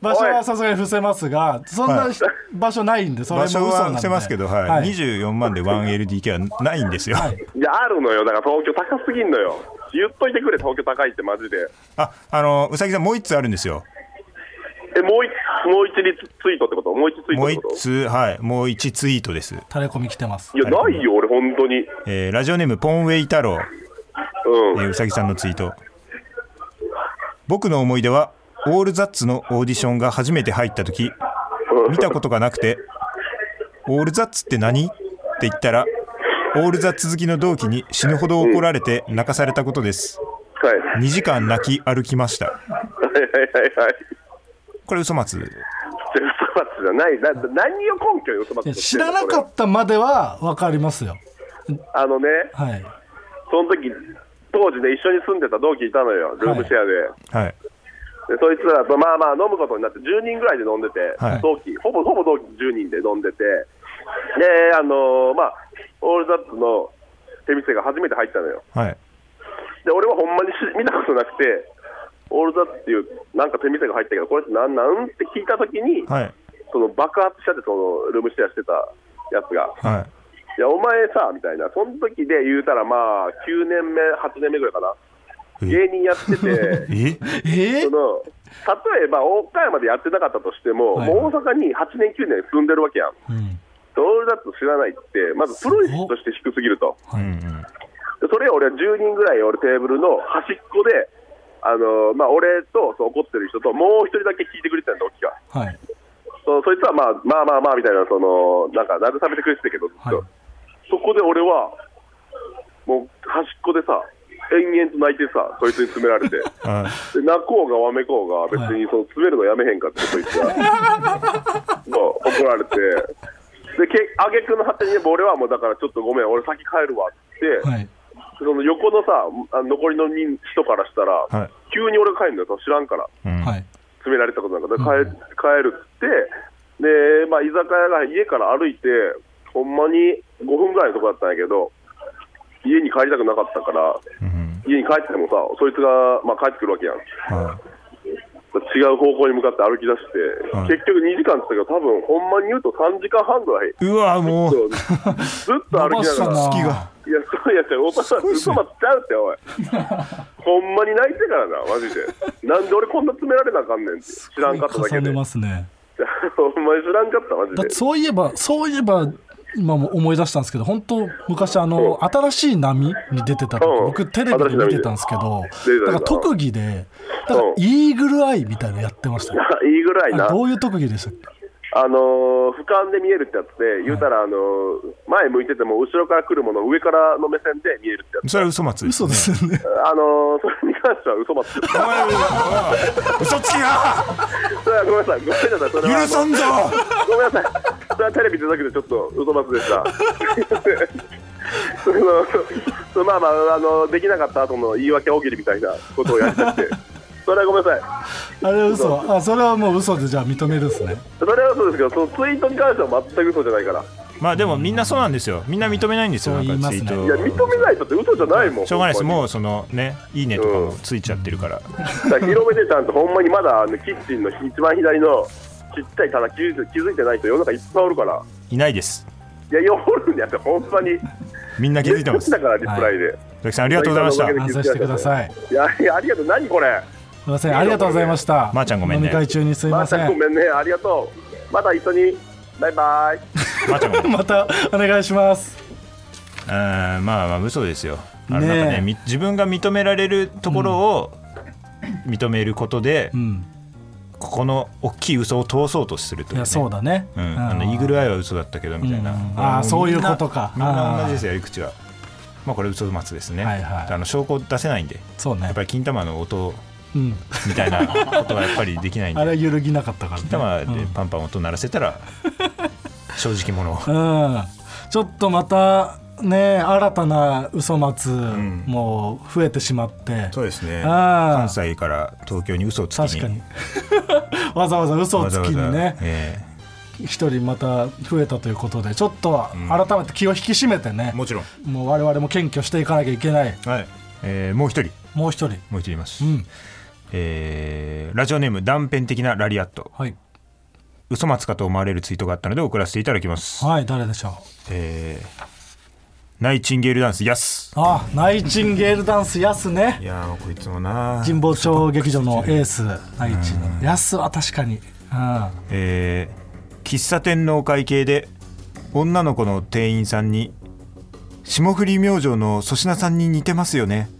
S3: 場所
S6: おい
S3: はさすがに伏せますが、そんな
S2: はい
S3: 場所ないんで、それ
S2: 場
S3: も嘘
S2: 所は
S3: なんで。
S2: 伏せますけど、はい24万で 1LDK はないんですよ、
S6: いや、あるのよ、だから東京高すぎんのよ、言っといてくれ、東京高いって、マジで、
S2: ああのうさぎさんもう1つあるんですよ
S6: え、もう一、もう一リツイートってこと、もう一ツイー
S2: も
S6: ト
S2: う
S6: ってこ
S2: 1
S6: と
S2: つはいもう1ツイートです、
S3: タレコミ来てます。
S6: いや、ないよ、俺、本当に、
S2: えーラジオネームポンウェイ太郎
S6: うん
S2: え。ーうさぎさんのツイート僕の思い出はオールザッツのオーディションが初めて入った時見たことがなくて「オールザッツって何?」って言ったらオールザッツ好きの同期に死ぬほど怒られて泣かされたことです
S6: はい、はい
S2: 2時間泣き歩きました
S6: はいはいはい。
S2: これ嘘松
S6: 嘘松じゃない、な何を根拠に嘘松
S3: いや
S6: とし
S3: 知
S6: てん
S3: ら
S6: の
S3: なか
S6: こ
S3: ったまでは分かりますよ。
S6: れあのね、
S3: はい。
S6: その時当時ね、一緒に住んでた同期いたのよ、ルームシェアで。
S2: はい
S6: でそいつらとまあまあ飲むことになって10人ぐらいで飲んでて、
S2: はい
S6: 同期ほぼほぼ同期10人で飲んでてであのーまあオールザッツの手店が初めて入ったのよ
S2: はい
S6: で俺はほんまにし見たことなくてオールザッツっていうなんか手店が入ったけどこれってなんなんって聞いた時に、
S2: はい
S6: その爆発しちゃってそのルームシェアしてたやつが
S2: はい
S6: いや、お前さ、みたいな、その時で言うたら、まあ、9年目、8年目ぐらいかな、芸人やって
S3: *laughs*
S6: て、
S2: え
S3: え
S6: その例えば岡山でやってなかったとしても、
S3: はい
S6: もう大阪に8年、9年住んでるわけやん。
S3: うん
S6: ドールだと知らないって、まずプロ意識として低すぎると、
S2: うんうん
S6: でそれを俺は10人ぐらい、俺、テーブルの端っこで、あのまあ、俺とそう怒ってる人と、もう一人だけ聞いてくれてたんだ、時が。
S3: はい。
S6: そそいつは、まあ、まあまあまあみたいな、そのなんか慰めてくれてたけど、ずっと
S3: はい
S6: そこで俺は、もう端っこでさ、延々と泣いてさ、そいつに詰められて、で
S2: あ
S6: 泣こうがわめこうが、別にその詰めるのやめへんかって、そいつが、もう怒られて、でけ挙句の果てに、俺はもうだからちょっとごめん、俺先帰るわって言って、
S3: はい。
S6: その横のさ、あ残りの人人からしたら、
S2: はい
S6: 急に俺帰るんだよ、その知らんから。
S2: うん
S3: はい。
S6: 詰められたことなんかで帰,、帰るって、でまあ、居酒屋が家から歩いて、ほんまに5分ぐらいのとこだったんやけど、家に帰りたくなかったから、
S2: うん
S6: 家に帰ってもさ、そいつが、まあ、帰ってくるわけやん、
S2: は
S6: 違う方向に向かって歩き出して、
S2: はい
S6: 結局2時間って言ったけど、多分ほんまに言うと3時間半ぐらい、
S2: いうわもう
S6: そうずっと歩
S3: 伸
S6: きながら。
S3: ばしたな
S2: 月が
S6: いや、そうやって、おばさん、嘘待っちゃうって、おい。ほんまに泣いてからな、マジで。なんで俺こんな詰められなあかんねんって。知らんかっただけ
S3: 重
S6: で
S3: ね。ますね。
S6: *laughs* ほんまに知らんかった、マジ
S3: だっ
S6: で
S3: て。そういえば、そういえば、今も思い出したんですけど、本当昔あの、新しい波に出てた時、
S6: うん
S3: 僕テレビで見てたんですけど
S6: 出て、
S3: だ
S6: た
S3: から特技で、だからイーグルアイみたいなのやってましたよ。
S6: *laughs* いいぐらいな。
S3: あれ
S6: い
S3: どういう特技でしたっけ
S6: あのー俯瞰で見えるってやつで、言うたら、あのー前向いてても、後ろから来るものを上からの目線で見えるってやつ。
S2: それは嘘松です、
S3: 嘘
S2: ね、
S3: です *laughs* よね。
S6: あのーそれに関しては嘘まつです。
S2: おいおいおい嘘つきが
S6: *laughs* それはごめんなさい、ごめんなさい、それは。
S2: 許さんぞ
S6: ごめんなさい、それはテレビ出たけど、ちょっと嘘まつでした。 *laughs* そのそまあまああの、できなかった後の言い訳大喜利みたいなことをやりたくて、それはごめんなさい、
S3: あれは嘘。あ、それはもう嘘でじゃあ認めるですね。
S6: それはそうですけど、そのツイートに関しては全く嘘じゃないから、い
S2: まあでもみんなそうなんですよみんな認めないんですよ
S3: そう
S2: なんかツイー
S3: 言い
S6: や、
S2: ト
S6: 認めないとって嘘じゃないもん、
S2: しょうがないです
S6: ほんまに
S2: もうそのねいいねとかもついちゃってるから、
S6: だから広めてたんとほんまにまだあのキッチンの一番左のちっちゃい棚気づい気づいてない人世の中いっぱいおるから
S2: いないです
S6: いやよおるんやってほんまに
S2: み *laughs* んな気づいてます
S6: だからリプライで、
S2: ザキさんありがとうございました
S6: ザキさんのおか
S3: 反省してください。
S6: い、やいやありがとう何これ
S3: すいません。ありがとうございました。
S2: まーちゃんごめんね
S3: 飲み会中にすい
S6: ま
S3: ませ
S6: たご
S3: ん。
S6: めんねありがとうまた一緒にバイバイ
S2: まあちゃんもう
S3: またお願いします。
S2: んまあまあ嘘ですよあの
S3: ねえ
S2: なんかねみ自分が認められるところを認めることで、
S3: うん。
S2: ここの大きい嘘を通そうとするという、
S3: い
S2: ね、
S3: やそうだね。
S2: うん、あのイーグルアイは嘘だったけどみたいな、
S3: うん
S2: も
S3: あーそういうことか
S2: みんなみん
S3: あー
S2: な同じですよやり口はまあこれ嘘松ですね、
S3: はいはい
S2: あの証拠出せないんで
S3: そうね
S2: やっ。ぱり金玉の音
S3: うん。
S2: みたい
S3: *laughs*
S2: なことはやっぱりできないん
S3: あれ
S2: で
S3: は揺るぎなかったからね。
S2: 金玉でパンパン音鳴らせたら正直者を
S3: うん、ちょっとまたね新たな嘘松も増えてしまって、
S2: *laughs* そうですね
S3: あー
S2: 関西から東京に嘘をつきに
S3: 確かに *laughs* わざわざ嘘を
S2: わ
S3: つ
S2: ざ
S3: き
S2: わざ
S3: にね
S2: え
S3: 一人また増えたということでちょっとは改めて気を引き締めてね
S2: え、もちろん、
S3: もう我々も謙虚していかなきゃいけない
S2: はいえーもう一人
S3: もう一人
S2: もう一人います、
S3: うん
S2: えーラジオネーム断片的なラリアット
S3: はい、
S2: 嘘松かと思われるツイートがあったので送らせていただきます、
S3: はい、誰でしょう
S2: えーナイチンゲールダンスヤス
S3: あナイチンゲールダンスやすね
S2: いやーこいつもな
S3: 神保町劇場のエースナイチのやすは確かに、うん、
S2: えー喫茶店のお会計で女の子の店員さんに「霜降り明星の粗品さんに似てますよね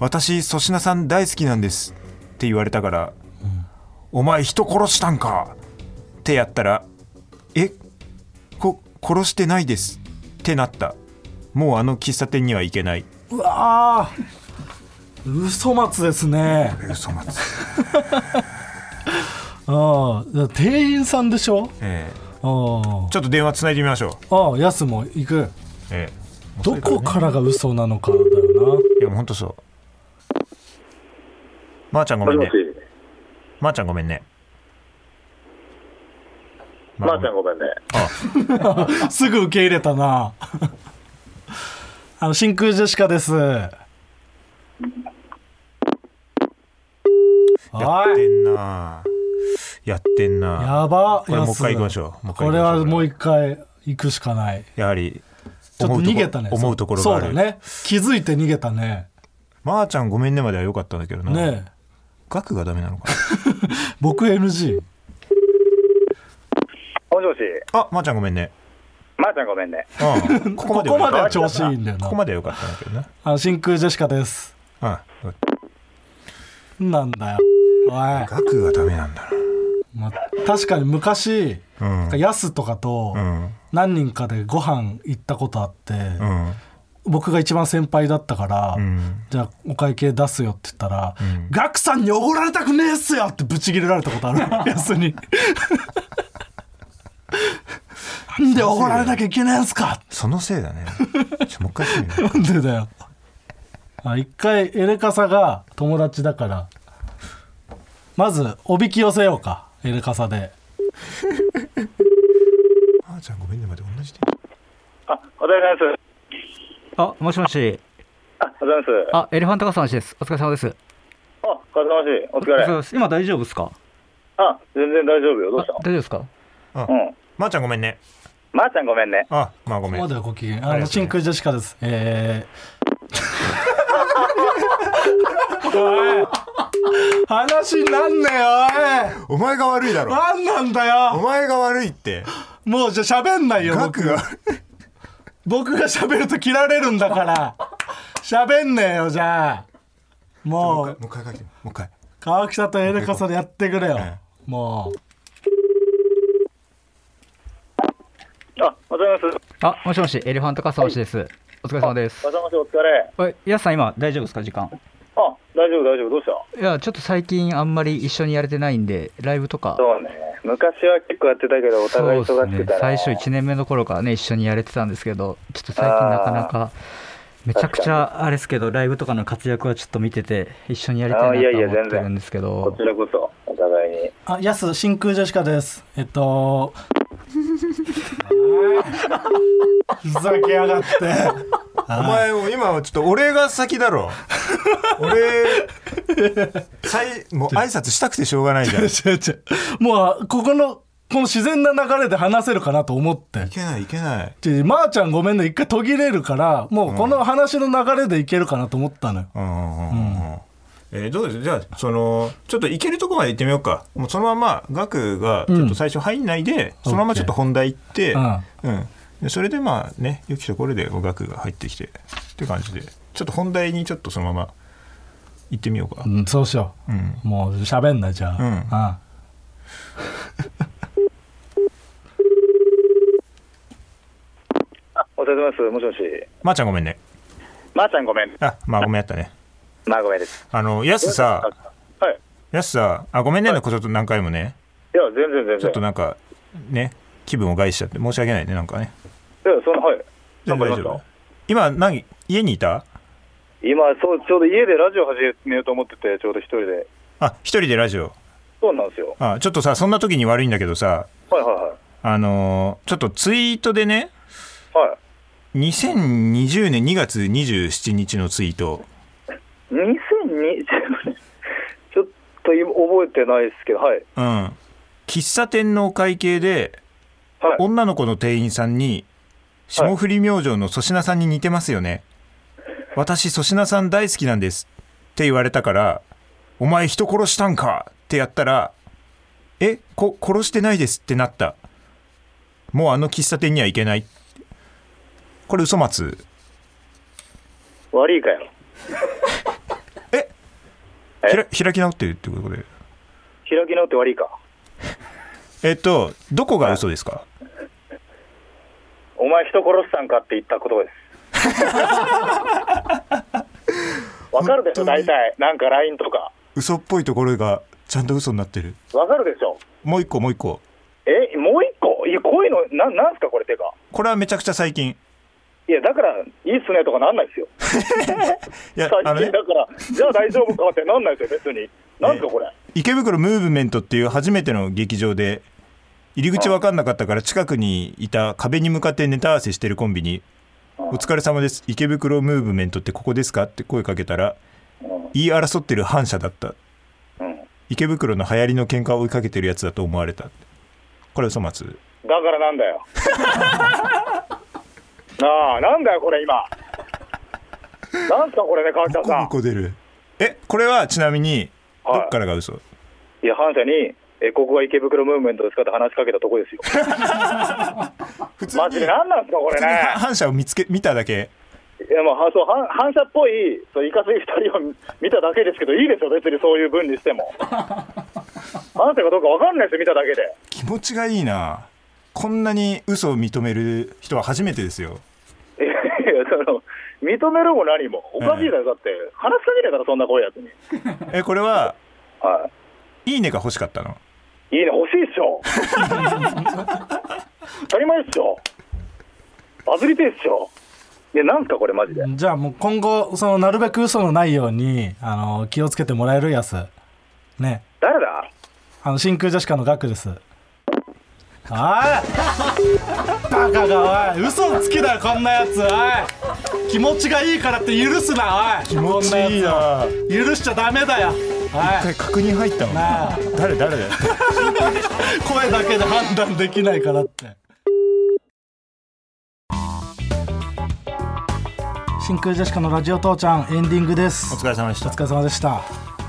S2: 私粗品さん大好きなんです」って言われたから「お前人殺したんか!」ってやったら「えこ殺してないです」ってなったもうあの喫茶店には行けないう
S3: わー嘘松ですね
S2: 嘘松、
S3: ああ店員さんでしょ
S2: え
S3: あ
S2: ーちょっと電話つないでみましょう、
S3: ああやすも行く
S2: えー
S3: どこからが嘘なのかだよない
S2: やもうほんとそうまー、ちゃんご
S6: も
S2: めん
S6: しも
S2: ね
S6: し
S2: まー、ちゃんごめんね。
S6: まー、ちゃんごめんね
S3: すぐ受け入れたな *laughs* あの真空ジェシカです
S2: やっ
S3: は
S2: て
S3: い
S2: んな。やってんな。
S3: やば
S2: これ
S3: やす
S2: もう一回行きましょうもう一回行きましょう
S3: これはもう一回行くしかない
S2: やはり。
S3: ちょっと逃げたね
S2: 思うところがあ
S3: そう
S2: る。
S3: だね気づいて逃げたね
S2: まー、ちゃんごめんねまでは良かったんだけどな。
S3: ねえ
S2: 額がダメなのか
S3: 僕 NG
S9: もしもし、
S2: な。あ、まー、ちゃんごめんね。
S9: まー、ちゃんごめんね。
S3: *laughs*
S2: うん。ここ
S3: こ
S2: まで
S3: こ
S2: は
S3: まで
S2: 良か
S3: は
S2: った
S3: 調子いいんだよな
S2: ここまでは良かったんだけどな。
S3: あの真空ジェシカです
S2: うん。
S3: なんだよおい
S2: 額がダメなんだ
S3: まあ、確かに昔、
S2: な。うん。
S3: ヤスとかと
S2: うん。
S3: 何人かでご飯行ったことあって、
S2: うん。
S3: 僕が一番先輩だったから、
S2: うん。
S3: じゃあお会計出すよって言ったら
S2: ん
S3: 「ガクさんにおごられたくねえっすよ!」ってブチギレられたことある
S2: *laughs*
S3: ヤスに。なんでおごられなきゃいけないんすか
S2: そのせいだね。ちょもう一回してみよう
S3: なんでだよ。あ一回エレカサが友達だからまずおびき寄せようかエレカサで。
S2: まー、ちゃんごめんねまで同じで。
S9: あ、おはようございます。
S10: あ、もしもし。
S9: あ、おはようございます。
S10: あ、エレファントカスの話です。お疲れ様です。
S9: あ、かさましい。お疲
S10: お疲れ
S9: れ。
S10: 様です今大丈夫ですか
S9: あ、全然大丈夫よ。どう
S10: あ
S9: したの
S10: 大丈夫ですか
S9: うん。
S2: まー、ちゃんごめんね。
S9: まー、ちゃんごめんね。
S2: あ、まあご
S3: こ
S2: め
S3: こま
S2: ん
S3: で。はご機
S2: あ
S3: 嫌。あ
S2: り
S3: の
S2: がとうね
S3: 真空ジェシカです。えー。おい話になんねえ
S2: お前が悪いだ
S3: おい
S2: ろ。
S3: なんなんだ
S2: お
S3: よ
S2: 前が悪いって。
S3: もうじゃあ喋んないよ
S2: 額
S3: 僕
S2: が。
S3: 僕が喋ると切られるんだから喋んねえよじゃあも
S2: もう
S3: う
S2: 一回書いてもう一回
S3: 川北とエレカサでやってくれよ
S2: え
S3: もう
S11: あ、おはようございます。
S10: あ、もしもし、エレファントカスマシです。お疲れ様です。
S11: おはようございます。お疲れ。
S10: え、やすさん今大丈夫ですか時間。
S11: あ、大丈夫、大丈夫。どうした
S10: いや、ちょっと最近あんまり一緒にやれてないんで、ライブとか。
S11: そうね。昔は結構やってたけど、お互い忙し
S10: そう
S11: く
S10: です
S11: て、
S10: ね。最初1年目の頃からね、一緒にやれてたんですけど、ちょっと最近なかなか、めちゃくちゃあれですけど、ライブとかの活躍はちょっと見てて、一緒にやりたいなと
S11: あいやいや
S10: 思っ
S11: 全
S10: て
S11: 然
S10: るんですけ
S11: こ
S10: ど
S11: ち、らこそ、お互いに。
S3: あ、やす、真空ジェシカです。えっと。ふざけやがって。
S2: お前も今はちょっと俺が先だ *laughs* ろ俺最もう挨拶したくてしょうがないじゃんい
S3: *laughs* 違う違う。もう、ここの、この自然な流れで話せるかなと思って。
S2: けないいけない
S3: ちょまー、ちゃんごめんね、一回途切れるから、もうこの話の流れでいけるかなと思ったのよ。
S2: うんうんうんうんえーどうですじゃあそのちょっといけるとこまで行ってみようかもうそのまま額がちょっと最初入んないで、そのままちょっと本題行って、
S3: うん
S2: うんでそれでまあね良きところで額が入ってきてって感じでちょっと本題にちょっとそのまま行ってみようか、
S3: うん、そうしよう。
S2: うん
S3: もう喋んな、じゃあ。
S2: うん
S3: あ
S11: あ、お疲れ様です。もしもし。
S2: まー、ちゃんごめんね
S11: まー、ちゃんごめん。
S2: あまあごめんやったね
S11: まあごめんです。
S2: あのやすさ
S11: はい。
S2: やすさあごめんねのことちょっと何回もね
S11: いや、全然全然。
S2: ちょっとなんかね気分を害しちゃって申し訳ないねなんかね
S11: いや、その、はい。
S2: 全
S11: なんか
S2: 然
S11: あ
S2: 大丈
S11: りまし
S2: 夫
S11: た
S2: 今何家にいた
S11: 今そう、ちょうど家でラジオ始めようと思ってて、ちょうど一人で。
S2: あ一人でラジオ
S11: そうなんですよ。
S2: あちょっとさそんな時に悪いんだけどさ
S11: はいはいはい。
S2: あのーちょっとツイートでね
S11: はい。
S2: 2020年2月27日のツイート
S11: 2020年、 *laughs* ちょっと今覚えてないですけど、はい。
S2: うん喫茶店のお会計で
S11: はい。
S2: 女の子の店員さんに「霜降り明星の粗品さんに似てますよね私粗品さん大好きなんです」って言われたから「お前人殺したんか!」ってやったら「えこ殺してないです」ってなったもうあの喫茶店には行けないこれ嘘松
S11: 悪いかよ。
S2: ひら開き直ってるってことで
S11: 開き直って悪いか。
S2: えっとどこが嘘ですか
S11: お前人殺したんかって言った言葉
S2: *laughs*
S11: です。わかるでし
S2: 本当
S11: ょ、大
S2: に
S11: 体。なんか LINE とか。
S2: 嘘っぽいところがちゃんと嘘になってる
S11: わかるでしょ。
S2: もう一個もう一個
S11: え、もう一個いや、こういうの、ななんすか、これ、てか。
S2: これはめちゃくちゃ最近
S11: いや、だから、いいっすねとかなんないですよ。
S2: いや
S11: 最
S2: あの
S11: 近
S2: ね
S11: だから、じゃあ大丈夫かってなんないですよ、別に。なんすか、これ。
S2: 池袋ムーブメントっていう初めての劇場で入り口分かんなかったから近くにいた壁に向かってネタ合わせしてるコンビに「お疲れ様です池袋ムーブメントってここですか?」って声かけたら言い争ってる反社だった
S11: うん
S2: 池袋の流行りの喧嘩を追いかけてるやつだと思われたこれ嘘松
S11: だからなんだ *laughs* よ。なあ、なんだよ、これ、今。なんすか、これね、川北さん。
S2: 出るえこれはちなみに
S11: はい
S2: どっからが嘘
S11: いや、反社に、え、ここが池袋ムーブメントですかって話しかけたとこですよ。
S2: 普通に
S11: マジで何なんすか、こ
S2: 普
S11: れ
S2: 通
S11: ね
S2: に。反社を見つけ見ただけ
S11: いや、まあ、そう、反反射っぽい、そう、いかつい二人を見ただけですけど、いいですよ、別にそういう分にしても。反射かどうかわかんないですよ、見ただけで。
S2: 気持ちがいいなこんなに嘘を認める人は初めてですよ
S11: いや、その、認めるも何も。おかしいだよ、だって。話しかけないから、そんな怖いやつに。
S2: えこれは
S11: はい
S2: 「いいね」が欲しかったの
S11: いいね、欲しいっし *laughs* ょ。当たり前っしょ。バズりてえっしょ。いや、なんすか、これ、マジで。
S3: あじゃあもう今後、その、なるべく嘘のないように、あの、気をつけてもらえるやす。ね。
S11: 誰だ
S3: あの、真空ジェシカのガクです。おいバカがおい嘘つきだよこんなやつおい気持ちがいいからって許すなおい気持ちいいな許しちゃダメだよ
S2: 一
S3: おい
S2: 回確認入ったの
S3: なあ
S2: 誰誰だよ
S3: 声だけで判断できないからって真空ジェシカのラジオ父ちゃんエンディングです
S2: お疲れ様でし
S3: お
S2: た
S3: 疲れ様でした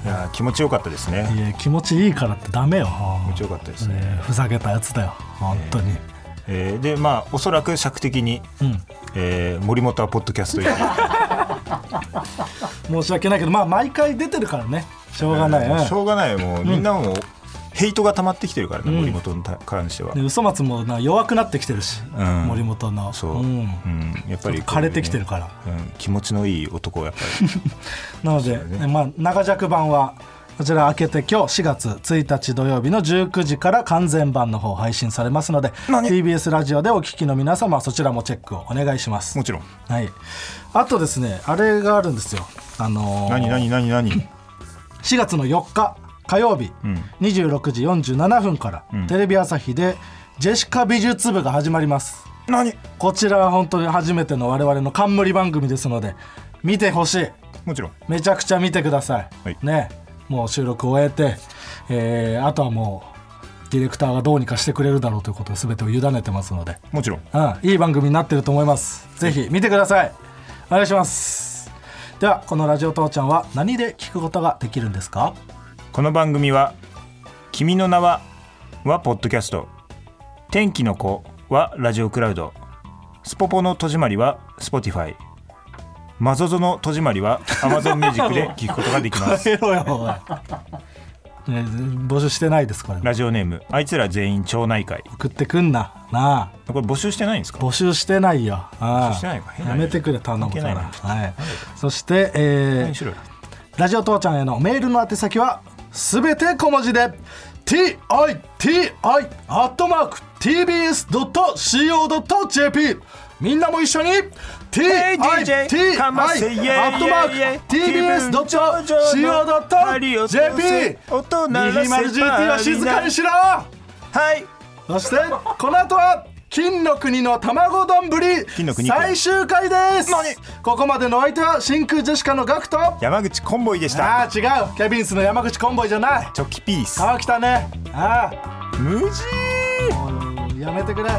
S2: いやー気持ちよかったですね
S3: いや気持ちいいからってダメよ
S2: 気持ちよかったですね、
S3: ねふざけたやつだよ本当に、
S2: えーでまあおそらく尺的に、えー森本はポッドキャスト行き
S3: 申し訳ないけどまあ毎回出てるからねしょうがない、うん
S2: しょうがないもうみんなもヘイトが溜まってきてるからね、森本にた関しては、
S3: で嘘松もな弱くなってきてるし、
S2: うん
S3: 森本の
S2: そう、
S3: う
S2: うんんやっぱりこういうね、
S3: 枯れてきてるから
S2: うん、気持ちのいい男はやっぱり
S3: なので、
S2: ね
S3: まあ、長尺版はこちら明けて今日4月1日土曜日の19時から完全版の方配信されますので TBS ラジオでお聞きの皆様はそちらもチェックをお願いします
S2: もちろん
S3: はい、あとですねあれがあるんですよ、あのー
S2: 何何何
S3: *laughs*
S2: 何
S3: 4月の4日火曜日、
S2: ん
S3: 26時47分から、テレビ朝日で「ジェシカ美術部」が始まります
S2: 何
S3: こちらは本当に初めての我々の冠番組ですので見てほしい
S2: もちろん
S3: めちゃくちゃ見てください、
S2: はい
S3: ねもう収録終えて、えーあとはもうディレクターがどうにかしてくれるだろうということで全てを委ねてますので、
S2: もちろん
S3: うん、いい番組になってると思いますぜひ見てくださいお願いしますではこの「ラジオ父ちゃん」は何で聞くことができるんですか
S12: この番組は「君の名は」はポッドキャスト「天気の子」はラジオクラウド「スポポの戸締まり」は Spotify「マゾゾの戸締まり」は Amazon ミュージック
S3: *laughs*
S12: で聞くことができます
S3: 帰ろよおい、 *laughs* ね募集してないですこれ
S12: ラジオネームあいつら全員町内会
S3: 送ってくんななあ
S12: これ募集してないんですか
S3: 募集してないよああ
S12: 集してないか変な
S3: やめてくれ頼む
S12: 関
S3: か
S12: 係
S3: ら
S12: ないな
S3: はい、そして、えー
S12: 何しろよ
S3: ラジオ父ちゃんへのメールの宛先はすべて小文字で TITI.tbs.co.jp みんなも一緒に
S12: DJ かませイエイイエイイエイ
S3: TITI.tbs.co.jp
S12: 音鳴らせ
S3: 220GT は静かにしろ
S12: はい
S3: そしてこの後は金の国の卵丼ぶり
S2: 金の国か
S3: 最終回ですここまでのお相手は真空ジェシカのガクト
S2: 山口コンボイでした
S3: ああ違うケビンスの山口コンボイじゃない
S2: チョキピース
S3: 川北ねあ
S2: 無事
S3: あもうやめてくれ